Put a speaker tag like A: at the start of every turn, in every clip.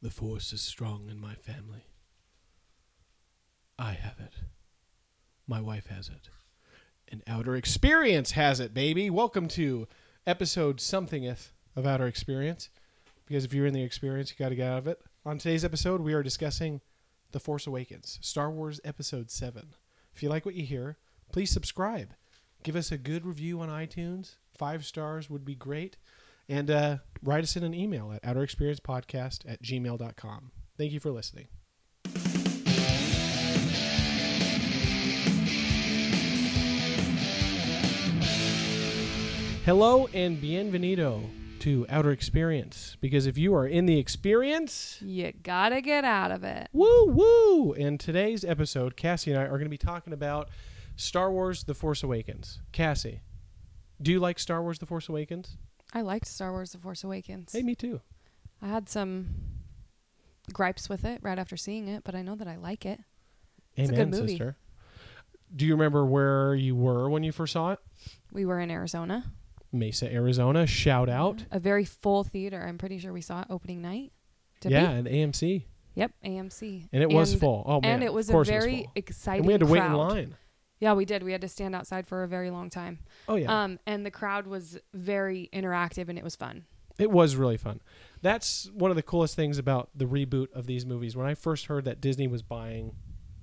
A: The force is strong in my family. I have it. My wife has it. And Outer Experience has it, baby. Welcome to episode somethingeth of Outer Experience. Because if you're in the experience, you got to get out of it. On today's episode, we are discussing The Force Awakens, Star Wars Episode 7. If you like what you hear, please subscribe. Give us a good review on iTunes. Five stars would be great and uh, write us in an email at outerexperiencepodcast at gmail.com. Thank you for listening. Hello and bienvenido to Outer Experience because if you are in the experience,
B: You gotta get out of it.
A: woo woo! In today's episode, Cassie and I are going to be talking about Star Wars The Force Awakens. Cassie, do you like Star Wars The Force Awakens?
B: I liked Star Wars The Force Awakens.
A: Hey, me too.
B: I had some gripes with it right after seeing it, but I know that I like it. It's a good
A: Amen,
B: movie.
A: sister. Do you remember where you were when you first saw it?
B: We were in Arizona,
A: Mesa, Arizona. Shout out.
B: a very full theater. I'm pretty sure we saw it opening night. Did
A: yeah,
B: we?
A: and AMC.
B: Yep, AMC.
A: And it was
B: And-
A: full. Oh man.
B: and it was
A: of
B: a
A: course
B: very
A: it was full.
B: exciting
A: And we had to wait in
B: crowd.
A: line.
B: Yeah, we did. We had to stand outside for a very long time.
A: Oh yeah.
B: Um, and the crowd was very interactive and it was fun.
A: it was really fun. That's one of the coolest things about the reboot of these movies. When I first heard that Disney was buying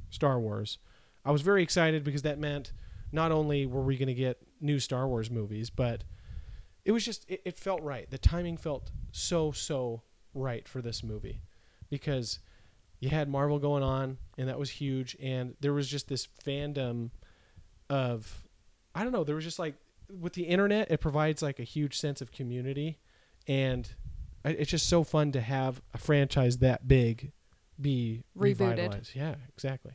A: Star Wars, I was very excited because that meant not only were we going to get new Star Wars movies, but it was just it, it felt right. The timing felt so so right for this movie because you had Marvel going on and that was huge and there was just this fandom of I don't know, there was just like with the internet it provides like a huge sense of community and I- it's just so fun to have a franchise that big be
B: Rebooted.
A: revitalized. Yeah, exactly.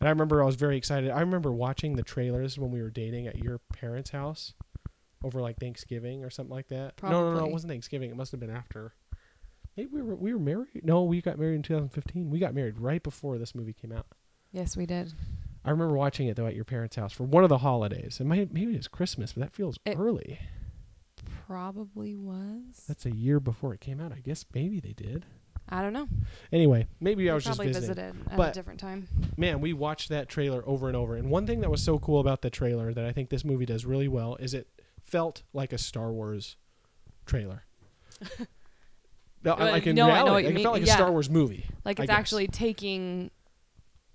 A: And I remember I was very excited. I remember watching the trailers when we were dating at your parents' house over like Thanksgiving or something like that. No, no, no, it
B: Probably.
A: wasn't Thanksgiving. It must have been after. Maybe we were we were married. No, we got married in 2015. We got married right before this movie came out.
B: Yes, we did.
A: I remember watching it though at your parents' house for one of the holidays. It might maybe it was Christmas, but that feels
B: It-
A: early.
B: Probably was.
A: That's a year before it came out. I guess maybe they did.
B: I don't know.
A: Anyway, maybe I
B: We
A: was just
B: probably
A: visiting.
B: visited at
A: But-
B: a different time.
A: man, we watched that trailer over and over. And one thing that was so cool about the trailer that I think this movie does really well is it felt like a Star Wars trailer. no, I-
B: Uh,
A: like in
B: no, I know
A: reality,
B: what you
A: like it
B: mean.
A: felt like a
B: Yeah.
A: Star Wars movie.
B: Like
A: I
B: it's
A: guess.
B: actually taking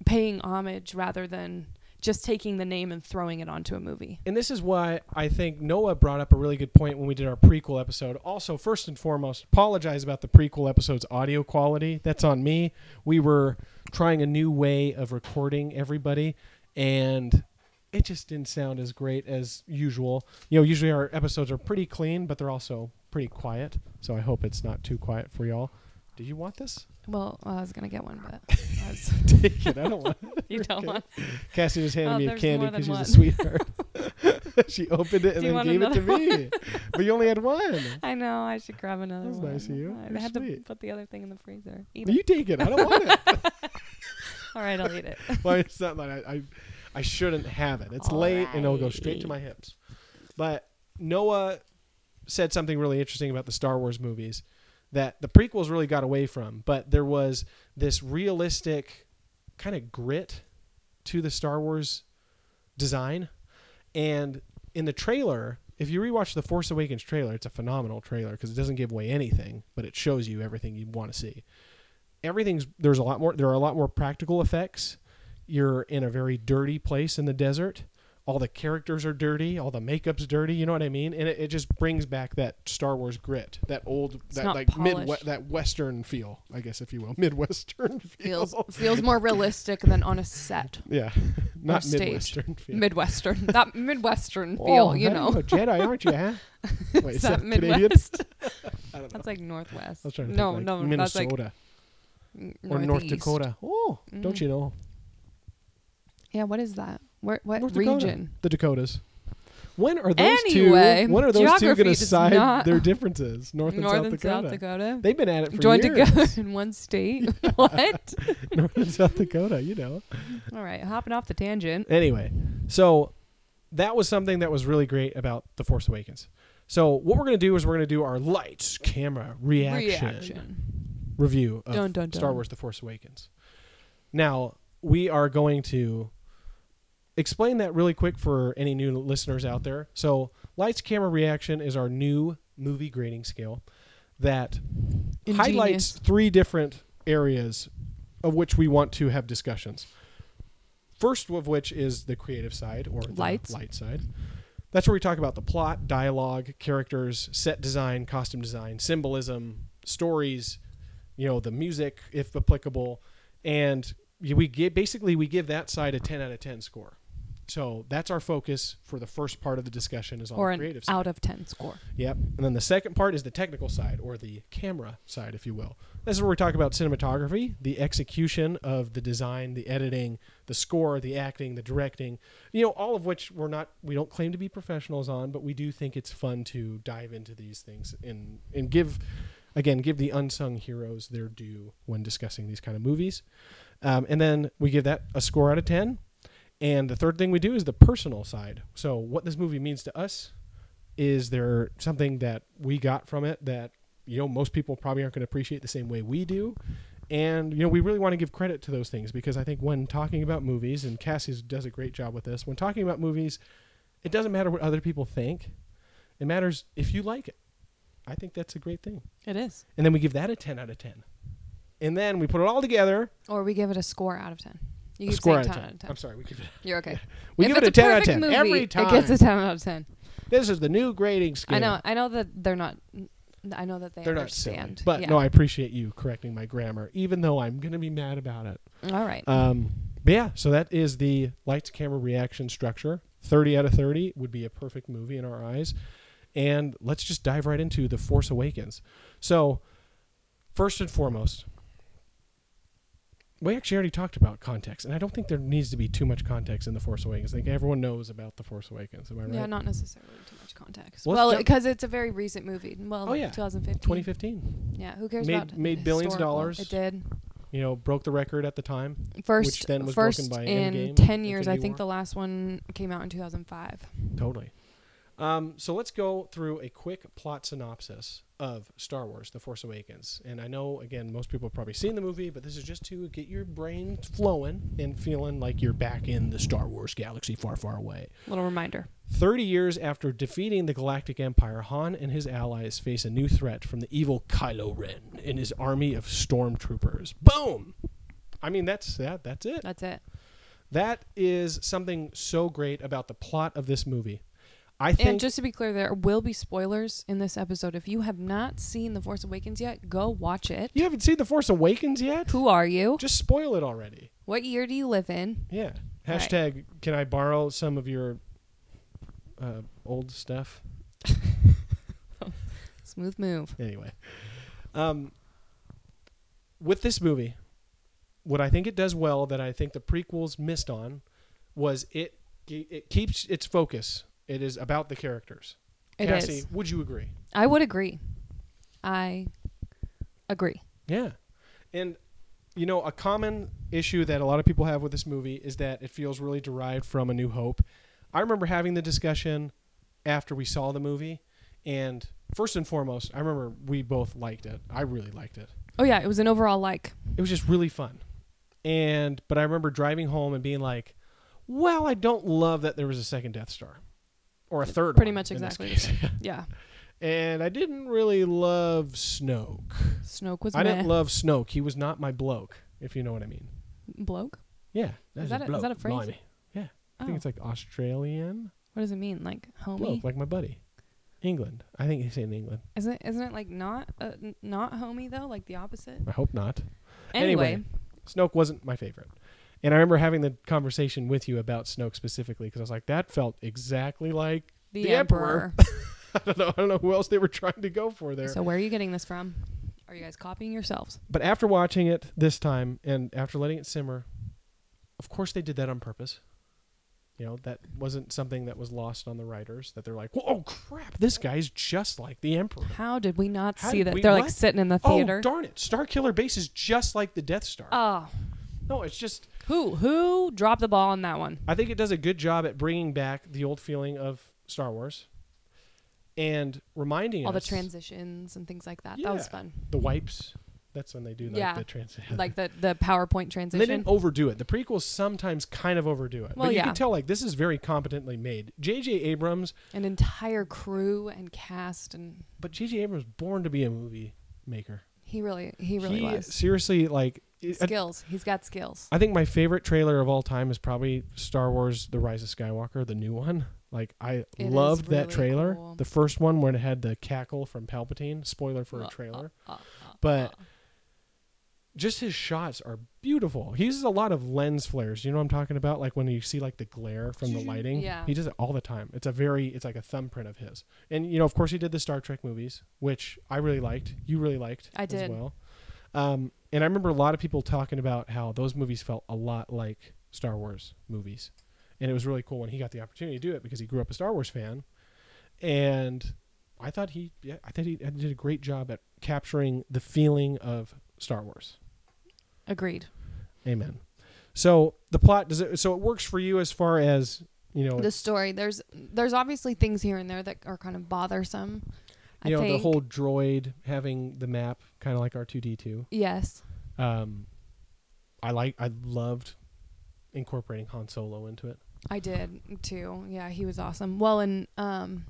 B: paying homage rather than just taking the name and throwing it onto a movie.
A: And this is why I think Noah brought up a really good point when we did our prequel episode. Also, first and foremost, apologize about the prequel episode's audio quality. That's on me. We were trying a new way of recording everybody, and it just didn't sound as great as usual. You know, usually our episodes are pretty clean, but they're also pretty quiet. So I hope it's not too quiet for y'all. Do you want this?
B: Well, I was gonna get one, but I was,
A: Take it. I don't want.
B: you don't
A: Okay.
B: want.
A: Cassie just handed
B: Oh,
A: me a
B: there's
A: candy
B: more than
A: because she's a
B: one.
A: sweetheart. she opened it and
B: Do you
A: then
B: want
A: gave it to
B: another
A: me. but you only had one.
B: I know I should grab another
A: That was
B: one.
A: nice of you.
B: I
A: You're
B: had to
A: sweet.
B: put the other thing in the freezer. Eat it.
A: You take it. I don't want it.
B: All right, I'll eat it.
A: Well, it's not that I, I, I shouldn't have it. It's
B: All
A: late and it'll go
B: right.
A: straight to my hips. But Noah said something really interesting about the Star Wars movies that the prequels really got away from, but there was this realistic kind of grit to the Star Wars design. And in the trailer, if you rewatch the Force Awakens trailer, it's a phenomenal trailer because it doesn't give away anything, but it shows you everything you want to see. Everything's there's a lot more there are a lot more practical effects. You're in a very dirty place in the desert. All the characters are dirty, all the makeup's dirty, you know what I mean? And it, it just brings back that Star Wars grit, that old that
B: not
A: like mid
B: polished.
A: that western feel, I guess if you will. Midwestern feel.
B: Feels feels more realistic than on a set.
A: Yeah, not
B: stage.
A: midwestern feel.
B: Midwestern, that midwestern feel, you
A: hey,
B: know.
A: a Jedi, aren't you? Huh? Oh, Wait,
B: Is that
A: Canadian?
B: Midwest?
A: I don't know.
B: That's like Northwest.
A: I was trying to
B: no,
A: think, like,
B: no, that's like
A: Minnesota
B: n-
A: or North
B: northeast.
A: Dakota. Oh, don't
B: Mhm.
A: you know
B: Yeah, what is that? Where, what
A: North Dakota.
B: region?
A: the Dakotas? When are those
B: Anyway,
A: two? When are those two
B: geography
A: going to
B: does
A: side
B: not-
A: their differences? North and South Dakota.
B: Dakota.
A: They've been at it for
B: Joined
A: years.
B: together in one state. what?
A: North and South Dakota, you know.
B: All right, hopping off the tangent.
A: Anyway, so that was something that was really great about The Force Awakens. So what we're going to do is we're going to do our lights, camera, reaction. review of
B: Dun, dun,
A: Star
B: dun.
A: Wars The Force Awakens. Now, we are going to explain that really quick for any new listeners out there. So, lights, camera, reaction is our new movie grading scale that highlights
B: Ingenious.
A: three different areas of which we want to have discussions. First of which is the creative side or the
B: Lights.
A: light side. That's where we talk about the plot, dialogue, characters, set design, costume design, symbolism, stories, you know, the music if applicable, and we get basically we give that side a 10 out of 10 score. So that's our focus for the first part of the discussion is on
B: or
A: the
B: an
A: creative side.
B: out of 10 score.
A: Yep. And then the second part is the technical side or the camera side, if you will. This is where we talk about cinematography, the execution of the design, the editing, the score, the acting, the directing, you know, all of which we're not, we don't claim to be professionals on, but we do think it's fun to dive into these things and, and give, again, give the unsung heroes their due when discussing these kind of movies. Um, and then we give that a score out of 10. And the third thing we do is the personal side. So, what this movie means to us, is there something that we got from it that you know most people probably aren't going to appreciate the same way we do and you know we really want to give credit to those things because i think when talking about movies and cassie does a great job with this when talking about movies it doesn't matter what other people think it matters if you like it i think that's a great thing
B: It is.
A: and then we give that a 10 out of 10 and then we put it all together
B: Or we give it a score out of 10. You
A: a
B: keep
A: score
B: saying
A: out of
B: 10
A: 10
B: out of 10.
A: i'm sorry we give it,
B: You're okay.
A: we
B: If
A: give it
B: it's
A: a 10 out of
B: perfect
A: 10
B: movie,
A: every time
B: It gets a 10 out of 10.
A: this is the new grading scale
B: I know. I know that they're not. I know that they
A: They're not silly.
B: understand.
A: But
B: yeah.
A: no, I appreciate you correcting my grammar, even though I'm going to be mad about it.
B: All right.
A: Um, but yeah, so that is the lights, camera, reaction structure. 30 out of 30 would be a perfect movie in our eyes. And let's just dive right into The Force Awakens. So, first and foremost, we actually already talked about context, and I don't think there needs to be too much context in The Force Awakens. I think everyone knows about The Force Awakens. Am I right?
B: Yeah, not necessarily too much context.
A: Well,
B: Well,
A: let's jump-
B: because it's a very recent movie. Well,
A: Oh, yeah.
B: 2015.
A: 2015.
B: Yeah, who cares
A: Made-
B: about
A: made
B: the
A: billions of
B: historical?
A: dollars.
B: It did.
A: You know, broke the record at the time.
B: First,
A: then was broken
B: first
A: by
B: in
A: Endgame,
B: 10 years. I
A: Infinity
B: think
A: War.
B: the last one came out in 2005.
A: Totally. Um, so let's go through a quick plot synopsis of Star Wars: The Force Awakens. And I know, again, most people have probably seen the movie, but this is just to get your brain flowing and feeling like you're back in the Star Wars galaxy far, far away.
B: Little reminder.
A: 30 years after defeating the Galactic Empire, Han and his allies face a new threat from the evil Kylo Ren and his army of stormtroopers. Boom! I mean, that's that. That's it.
B: That's it.
A: That is something so great about the plot of this movie. I think
B: And just to be clear, there will be spoilers in this episode. If you have not seen The Force Awakens yet, go watch it.
A: You haven't seen The Force Awakens yet?
B: Who are you?
A: Just spoil it already.
B: What year do you live in?
A: Yeah.
B: Right.
A: Hashtag, can I borrow some of your uh, old stuff?
B: Smooth move.
A: Anyway. Um, with this movie, what I think it does well that I think the prequels missed on was it it keeps its focus. It is about the characters.
B: It is.
A: Cassie, would you agree?
B: I would agree. I agree.
A: Yeah. And you know, a common issue that a lot of people have with this movie is that it feels really derived from A New Hope. I remember having the discussion after we saw the movie and first and foremost, I remember we both liked it. I really liked it.
B: Oh yeah, it was an overall like.
A: It was just really fun. And but I remember driving home and being like, "Well, I don't love that there was a second Death Star or a third
B: Pretty
A: one
B: much
A: in this
B: exactly the
A: case."
B: Yeah.
A: and I didn't really love Snoke.
B: Snoke was
A: I
B: meh.
A: didn't love Snoke. He was not my bloke, if you know what I mean.
B: bloke.
A: Yeah.
B: Is that a- is that a phrase?
A: Blimey. I
B: Oh.
A: think it's like Australian.
B: what does it mean? Like homie?
A: Bloke, like my buddy. England. I think they say in England.
B: Isn't isn't it like not uh, n- not homie though? Like the opposite.
A: I hope not.
B: Anyway,
A: Anyway. Snoke wasn't my favorite. And I remember having the conversation with you about Snoke specifically because I was like, that felt exactly like
B: the,
A: The
B: emperor.
A: Emperor. I don't know, I don't know who else they were trying to go for there.
B: so where are you getting this from? Are you guys copying yourselves?
A: but after watching it this time and after letting it simmer, of course they did that on purpose. You know, that wasn't something that was lost on the writers that they're like, "Whoa, oh crap, this guy's just like the Emperor.
B: How did we not
A: How
B: see
A: did
B: that?
A: we-
B: They're like
A: what?
B: sitting in the
A: Oh
B: theater.
A: darn it! Star Killer Base is just like the Death Star.
B: Oh,
A: no, it's just
B: who who dropped the ball on that one?
A: I think it does a good job at bringing back the old feeling of Star Wars and reminding
B: All the
A: us
B: transitions and things like that. That was
A: Yeah.
B: fun.
A: the wipes, That's when they do like
B: Yeah.
A: the transition.
B: like the the PowerPoint
A: And they
B: transition.
A: didn't overdo it. The prequels sometimes kind of overdo it. but
B: Well,
A: you
B: yeah.
A: can tell like this is very competently made. J.J. Abrams,
B: An entire crew and cast, and
A: but J.J. Abrams born to be a movie maker.
B: he really he really was
A: seriously like. it-
B: skills. He's got skills.
A: I think my favorite trailer of all time is probably Star Wars: The Rise of Skywalker, the new one. Like I
B: is
A: loved that
B: really
A: trailer.
B: cool.
A: The first one when it had the cackle from Palpatine. Spoiler for a
B: Uh,
A: trailer.
B: uh, uh, uh,
A: But-
B: uh.
A: Just his shots are beautiful. He uses a lot of lens flares. You know what I'm talking about? Like when you see like the glare from the lighting.
B: Yeah.
A: He does it all the time. It's a very it's like a thumbprint of his. And you know, of course he did the Star Trek movies, which I really liked. You really liked
B: I
A: as
B: did.
A: well. Um, and I remember a lot of people talking about how those movies felt a lot like Star Wars movies. And it was really cool when he got the opportunity to do it because he grew up a Star Wars fan. And I thought he yeah, I thought he did a great job at capturing the feeling of Star Wars.
B: agreed.
A: Amen. So the plot does it. So it works for you as far as you know.
B: The story there's there's obviously things here and there that are kind of bothersome. I
A: you know
B: think
A: the whole droid having the map, kind of like R two D two.
B: yes,
A: Um, I like. I loved incorporating Han Solo into it.
B: I did too. Yeah, he was awesome. Well, and um,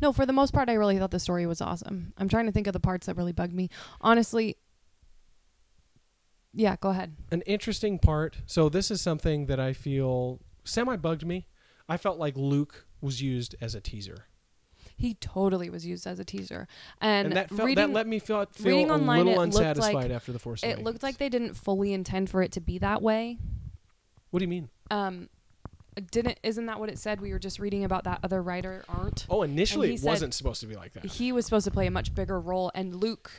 B: no, for the most part, I really thought the story was awesome. I'm trying to think of the parts that really bugged me. Honestly, yeah, go ahead.
A: An interesting part. So this is something that I feel semi bugged me. I felt like Luke was used as a teaser,
B: He totally was used as a teaser,
A: and,
B: and,
A: that felt
B: reading,
A: that let me feel, feel
B: reading
A: a
B: online, it
A: little
B: looked like-
A: unsatisfied after the Force.
B: it
A: Awakens.
B: looked like they didn't fully intend for it to be that way.
A: What do you mean?
B: Um, didn't isn't that what it said? We were just reading about that other writer, Art.
A: Oh, initially
B: he
A: it
B: said-
A: wasn't supposed to be like that.
B: he was supposed to play a much bigger role and luke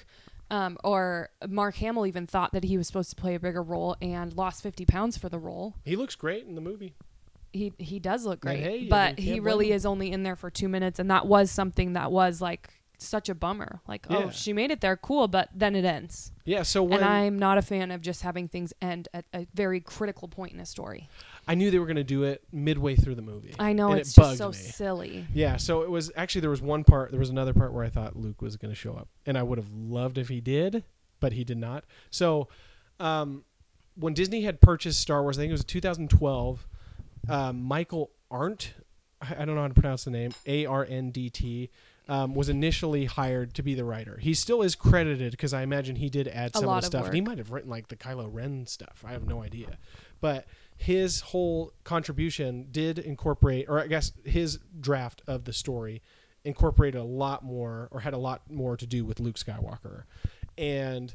B: um, or mark hamill even thought that he was supposed to play a bigger role and lost 50 pounds for the role
A: He looks great in the movie.
B: he he does look
A: And
B: great
A: hey,
B: but
A: you
B: he
A: can't
B: really
A: blame him.
B: is only in there for two minutes and that was something that was like such a bummer like
A: Yeah.
B: oh she made it there cool but then it ends
A: Yeah. So when
B: and i'm not a fan of just having things end at a very critical point in a story
A: I knew they were going to do it midway through the movie.
B: i know
A: and
B: it's
A: it
B: just
A: bugged
B: so
A: me.
B: silly
A: yeah, so it was actually there was one part, there was another part where I thought Luke was going to show up, and I would have loved if he did, but he did not. So, um, when Disney had purchased Star Wars, I think it was 2012. Um, Michael Arndt, I I don't know how to pronounce the name, A R N D T, um, was initially hired to be the writer. He still is credited because I imagine he did add
B: A
A: some
B: lot
A: of the
B: of
A: stuff, and he
B: work.
A: might have written like the Kylo Ren stuff. I have no idea, but his whole contribution did incorporate, or I guess his draft of the story incorporated a lot more, or had a lot more to do with Luke Skywalker, and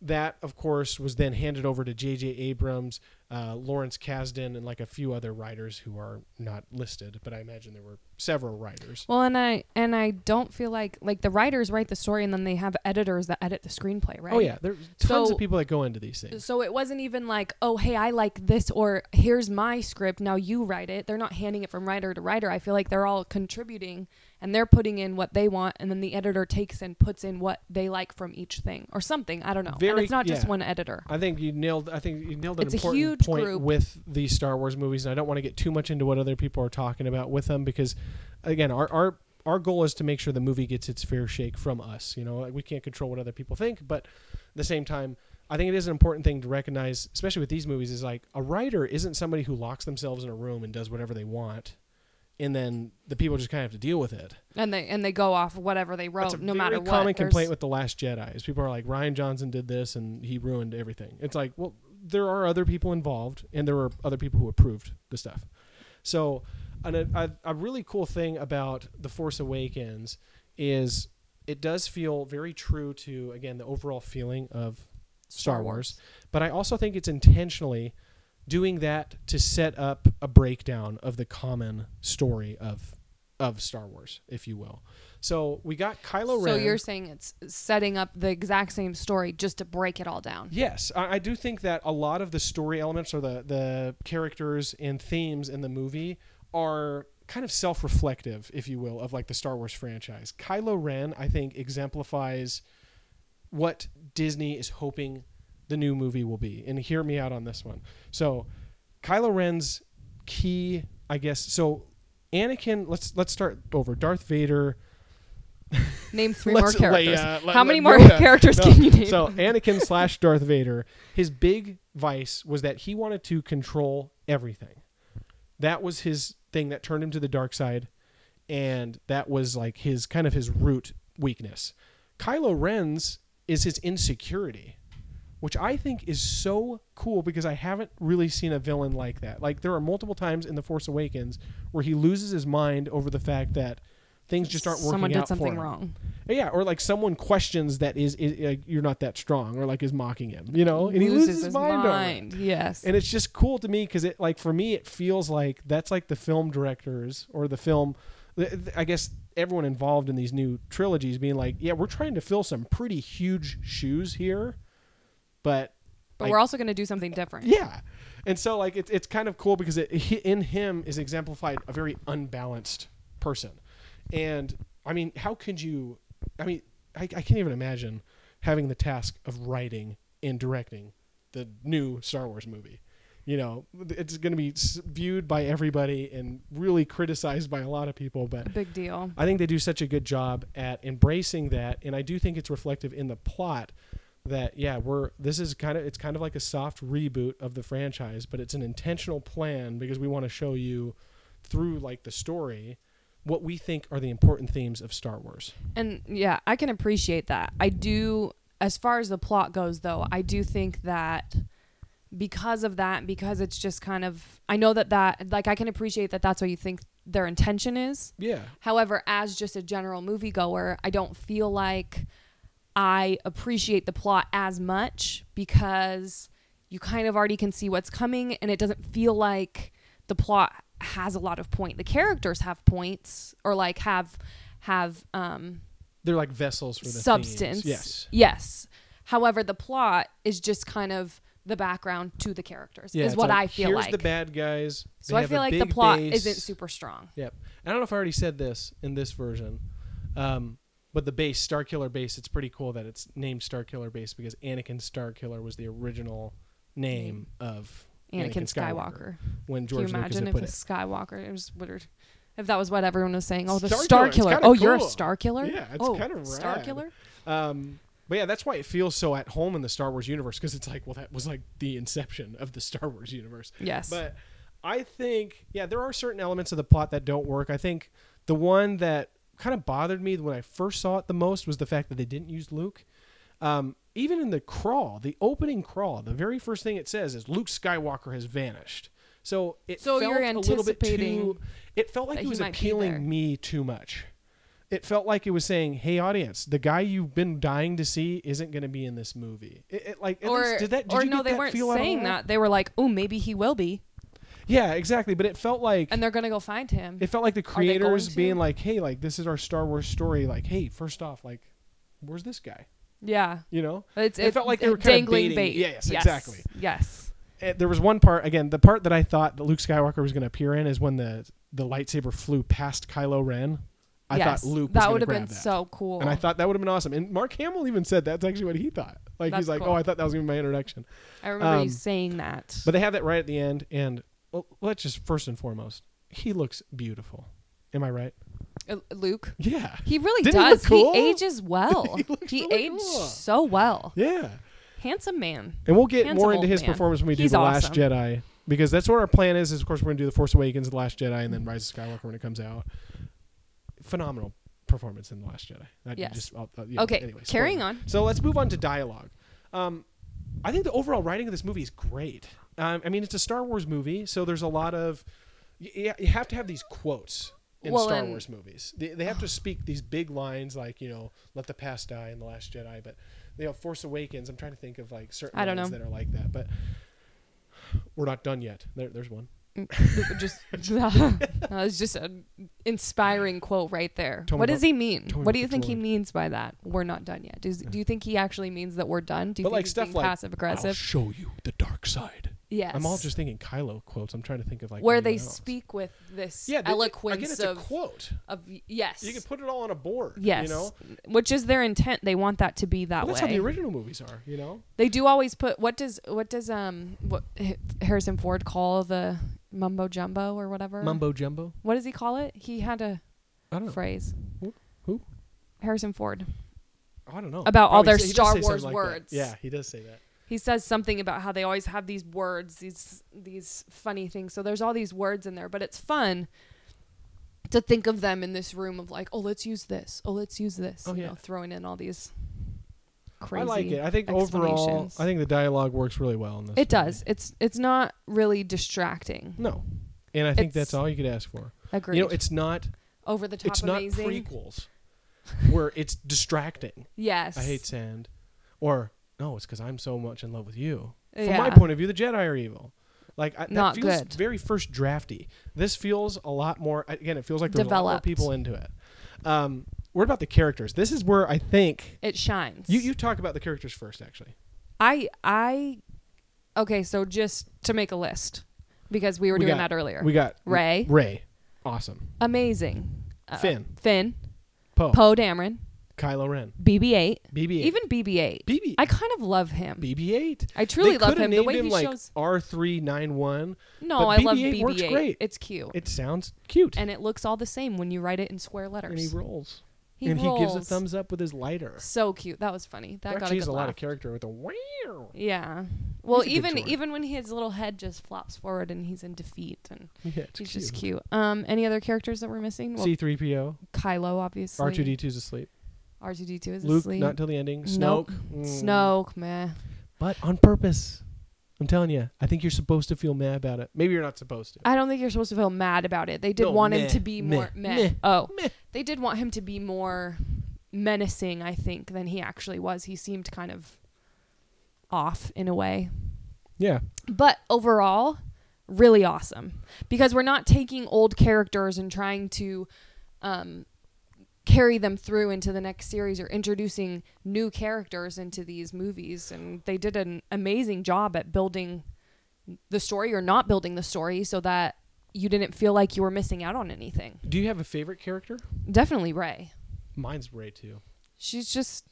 A: that of course was then handed over to J.J. Abrams, uh, Lawrence Kasdan, and like a few other writers who are not listed, but I imagine there were several writers.
B: Well, and I and I don't feel like like the writers write the story and then they have editors that edit the screenplay, right?
A: Oh yeah, there's tons
B: So-
A: of people that go into these things.
B: So it wasn't even like, oh hey, I like this or here's my script, now you write it. They're not handing it from writer to writer. I feel like they're all contributing and they're putting in what they want and then the editor takes and puts in what they like from each thing or something. I don't know. and
A: Very-
B: it's not just
A: yeah.
B: one editor.
A: I think you nailed. I think you nailed an
B: It's a
A: important
B: huge
A: point
B: group.
A: with these Star Wars movies, and I don't want to get too much into what other people are talking about with them because, again, our our our goal is to make sure the movie gets its fair shake from us. You know, like, we can't control what other people think, but at the same time, I think it is an important thing to recognize, especially with these movies, is like a writer isn't somebody who locks themselves in a room and does whatever they want, and then the people just kind of have to deal with it.
B: And they and they go off whatever they wrote
A: That's a
B: no
A: very
B: matter what.
A: common
B: There's-
A: complaint with the Last Jedi is people are like Ryan Johnson did this and he ruined everything. It's like, well, there are other people involved and there were other people who approved the stuff. So, an, a, a really cool thing about the Force Awakens is it does feel very true to again the overall feeling of Star Wars, but I also think it's intentionally doing that to set up a breakdown of the common story of of Star Wars, if you will. So we got Kylo
B: so
A: Ren.
B: you're saying it's setting up the exact same story just to break it all down.
A: Yes, I, I do think that a lot of the story elements or the the characters and themes in the movie are kind of self-reflective, if you will, of like the Star Wars franchise. Kylo Ren, I think, exemplifies what Disney is hoping the new movie will be. And hear me out on this one. So, Kylo Ren's key, I guess. So, Anakin. Let's let's start over. Darth Vader
B: Name three more
A: Let's-
B: characters.
A: like, uh, let-
B: How
A: let
B: many more
A: Yoda-
B: characters
A: No.
B: can you name?
A: So Anakin slash Darth Vader, his big vice was that he wanted to control everything. That was his thing that turned him to the dark side, and that was like his kind of his root weakness. Kylo Ren's is his insecurity, which I think is so cool because I haven't really seen a villain like that. Like there are multiple times in The Force Awakens where he loses his mind over the fact that things just aren't working
B: Someone
A: out
B: did
A: for
B: something
A: him.
B: wrong.
A: Yeah, or like someone questions that is, is like, you're not that strong, or like is mocking him, you know, and he loses, his mind. over it.
B: Yes.
A: And it's just cool to me because it like for me it feels like that's like the film directors or the film, th- th- I guess everyone involved in these new trilogies being like, yeah, we're trying to fill some pretty huge shoes here, but
B: but
A: like-
B: we're also going to do something different.
A: yeah, and so like it's it's kind of cool because it he- in him is exemplified a very unbalanced person, and I mean, how could you? I mean, I, I can't even imagine having the task of writing and directing the new Star Wars movie. You know, it's going to be s- viewed by everybody and really criticized by a lot of people, but
B: A big deal.
A: I think they do such a good job at embracing that, and I do think it's reflective in the plot that yeah, we're this is kind of it's kind of like a soft reboot of the franchise, but it's an intentional plan because we want to show you through like the story what we think are the important themes of Star Wars.
B: And yeah, I can appreciate that. I do, as far as the plot goes, though, I do think that because of that, because it's just kind of, I know that that, like, I can appreciate that that's what you think their intention is.
A: Yeah.
B: However, as just a general moviegoer, I don't feel like I appreciate the plot as much because you kind of already can see what's coming and it doesn't feel like the plot has a lot of point. The characters have points or like have have um
A: They're like vessels for the themes.
B: substance.
A: Yes.
B: Yes. However, the plot is just kind of the background to the characters
A: Yeah,
B: is
A: it's
B: what
A: like,
B: I feel
A: here's
B: like.
A: the bad guys.
B: so
A: They
B: I
A: have
B: feel
A: a
B: like the
A: big
B: plot
A: base.
B: isn't super strong.
A: Yep. And I don't know if I already said this in this version, um, but the base, Star Killer Base, it's pretty cool that it's named Star Killer Base because Anakin Star Killer was the original name of
B: Mm-hmm. Anakin, Skywalker.
A: when
B: Can you
A: George Lucas
B: imagine
A: had
B: if a
A: put it.
B: Skywalker? It was weird. If that was what everyone was saying, oh, the
A: Star Killer,
B: Star,
A: it's
B: Killer.
A: kinda
B: Oh, you're a
A: cool.
B: Star Killer.
A: Yeah, it's
B: oh,
A: kinda
B: Star
A: rad.
B: Killer.
A: Um, but yeah, that's why it feels so at home in the Star Wars universe because it's like, well, that was like the inception of the Star Wars universe.
B: Yes.
A: But I think, yeah, there are certain elements of the plot that don't work. I think the one that kind of bothered me when I first saw it the most was the fact that they didn't use Luke. Um, even in the crawl, the opening crawl, the very first thing it says is Luke Skywalker has vanished. So it
B: So
A: felt
B: you're
A: a little bit
B: anticipating
A: too. It felt like
B: that
A: it
B: he
A: was
B: might be there.
A: appealing me too much. It felt like it was saying, "Hey, audience, the guy you've been dying to see isn't going to be in this movie." It, it like at
B: or
A: least, did that? Did
B: or
A: you
B: no,
A: get
B: they
A: that
B: weren't
A: feel out of
B: saying
A: all?
B: that. They were like, oh, maybe he will be,
A: Yeah, exactly. But it felt like
B: and they're gonna go find him.
A: it felt like the
B: Are they going
A: creators
B: to?
A: being like, "Hey, like this is our Star Wars story. Like, hey, first off, like, where's this guy?
B: yeah,
A: You know?"
B: it's
A: It felt like they were kinda
B: dangling
A: baiting-
B: bait.
A: yes, exactly.
B: Yes.
A: Eh, there was one part again. The part that I thought that Luke Skywalker was going to appear in is when the the lightsaber flew past Kylo Ren. I
B: yes.
A: thought Luke was
B: that
A: gonna
B: would have
A: grab
B: been
A: that.
B: so cool.
A: And I thought that would have been awesome. And Mark Hamill even said that's actually what he thought. Like he's
B: That's
A: like,
B: cool.
A: "Oh, I thought that was going to be my introduction."
B: I remember
A: um,
B: you saying that.
A: But they have that right at the end. And well, let's just first and foremost, he looks beautiful. Am I right?
B: Uh, Luke,
A: Yeah.
B: he really
A: Didn't he look
B: does.
A: cool?
B: ages well.
A: He looks
B: he
A: really
B: aged
A: cool.
B: so well.
A: Yeah.
B: Handsome man.
A: And we'll get
B: Handsome
A: more into
B: old
A: his
B: man.
A: performance when we do
B: He's
A: The Last
B: awesome.
A: Jedi. Because that's what our plan is, is of course we're gonna do The Force Awakens, The Last Jedi, and then Rise of Skywalker when it comes out. Phenomenal performance in The Last Jedi. I
B: Yes.
A: just- I'll- uh, yeah,
B: okay,
A: anyway, spoiler.
B: carrying on.
A: So let's move on to dialogue. Um, I think the overall writing of this movie is great. Um, I mean, it's a Star Wars movie, so there's a lot of y- y- you have to have these quotes in
B: Well,
A: Star
B: and-
A: Wars movies. They, they have to speak these big lines like you know, "Let the past die" and "The Last Jedi," but you know, Force Awakens. I'm trying to think of like certain
B: I don't
A: lines
B: know.
A: that are like that, but we're not done yet. There, there's one.
B: just that was just an inspiring quote right there.
A: Tell me
B: what
A: about-
B: does he mean?
A: tell me
B: What
A: about
B: do you
A: the
B: think he
A: droid.
B: means by that? We're not done yet. Does, do you think he actually means that we're done? Do you
A: But,
B: think
A: like,
B: he's
A: stuff
B: being
A: like,
B: passive
A: I'll
B: aggressive?
A: show you the dark side.
B: Yes.
A: I'm all just thinking Kylo quotes. I'm trying to think of like
B: where
A: anyone
B: they
A: else.
B: speak with this
A: Yeah, they-
B: eloquence
A: again, it's
B: of,
A: a quote.
B: of yes,
A: You can put it all on a board.
B: yes,
A: You know,
B: which is their intent. They want that to be that
A: Well, that's
B: way.
A: how the original movies are. You know,
B: they do always put what does what does um what Harrison Ford call the mumbo jumbo or whatever
A: mumbo jumbo.
B: What does he call it? He had a
A: I don't know.
B: phrase.
A: Who- who?
B: Harrison Ford.
A: I don't know
B: About all
A: he
B: their
A: sa- he does
B: Star
A: say something
B: Wars
A: like that.
B: words.
A: Yeah, he does say that.
B: He says something about how they always have these words, these these funny things. So there's all these words in there, but it's fun to think of them in this room of like, oh, let's use this. Oh, let's use this.
A: Oh,
B: you
A: yeah.
B: know, throwing in all these crazy.
A: I like it. I think overall,
B: explanations.
A: I think the dialogue works really well in this.
B: It does.
A: movie.
B: It's it's not really distracting.
A: No, and I think that's
B: It's-
A: all you could ask for.
B: Agreed.
A: You know, it's not
B: Over the top
A: it's not
B: amazing.
A: prequels where it's distracting.
B: Yes.
A: I hate sand, or no, it's because I'm so much in love with you. From my
B: Yeah.
A: point of view, the Jedi are evil. Like I, that
B: Not
A: feels
B: good.
A: very first drafty. This feels a lot more. Again, it feels like there's a lot more
B: Developed.
A: people into it. Um, what about the characters? This is where I think
B: It shines.
A: you you talk about the characters first, actually.
B: I I okay, so just to make a list because we were
A: We
B: doing
A: got-
B: that earlier.
A: We got
B: Ray.
A: Ray, awesome.
B: Amazing. Uh,
A: Finn. Oh.
B: Finn.
A: Poe,
B: Poe Dameron.
A: Kylo Ren,
B: BB-8.
A: BB-8,
B: Even BB-8.
A: BB,
B: I kind of love him.
A: BB-8.
B: I truly
A: They
B: love
A: coulda
B: him. The
A: named
B: way he
A: like
B: shows.
A: R391.
B: No,
A: but
B: I love
A: BB-8
B: BB-8.
A: works great.
B: It's cute.
A: It sounds cute.
B: and it looks all the same when you write it in square letters.
A: And he rolls.
B: He
A: and he gives a
B: rolls.
A: thumbs up with his lighter.
B: So cute. That was funny. That
A: There
B: got a
A: actually
B: good
A: is a
B: laugh.
A: lot of character with a wow.
B: Yeah. Well,
A: a good
B: even
A: Jordan.
B: even when his little head just flops forward and he's in defeat and
A: Yeah, it's
B: he's just cute. Um, any other characters that we're missing? Well,
A: C3PO,
B: Kylo obviously.
A: R2D2's asleep.
B: R2D2 is
A: Luke,
B: asleep.
A: not till the ending. Snoke.
B: Nope.
A: mm.
B: Snoke, meh.
A: But on purpose. I'm telling you, I think you're supposed to feel mad about it. Maybe you're not supposed to.
B: I don't think you're supposed to feel mad about it. They did
A: No,
B: want
A: meh,
B: him to be
A: meh,
B: more meh.
A: meh,
B: Oh,
A: meh.
B: they did want him to be more menacing, I think, than he actually was. He seemed kind of off in a way.
A: yeah.
B: but overall really awesome because we're not taking old characters and trying to um, carry them through into the next series or introducing new characters into these movies and they did an amazing job at building the story or not building the story so that you didn't feel like you were missing out on anything
A: Do you have a favorite character?
B: definitely ray
A: Mine's Ray too.
B: she's just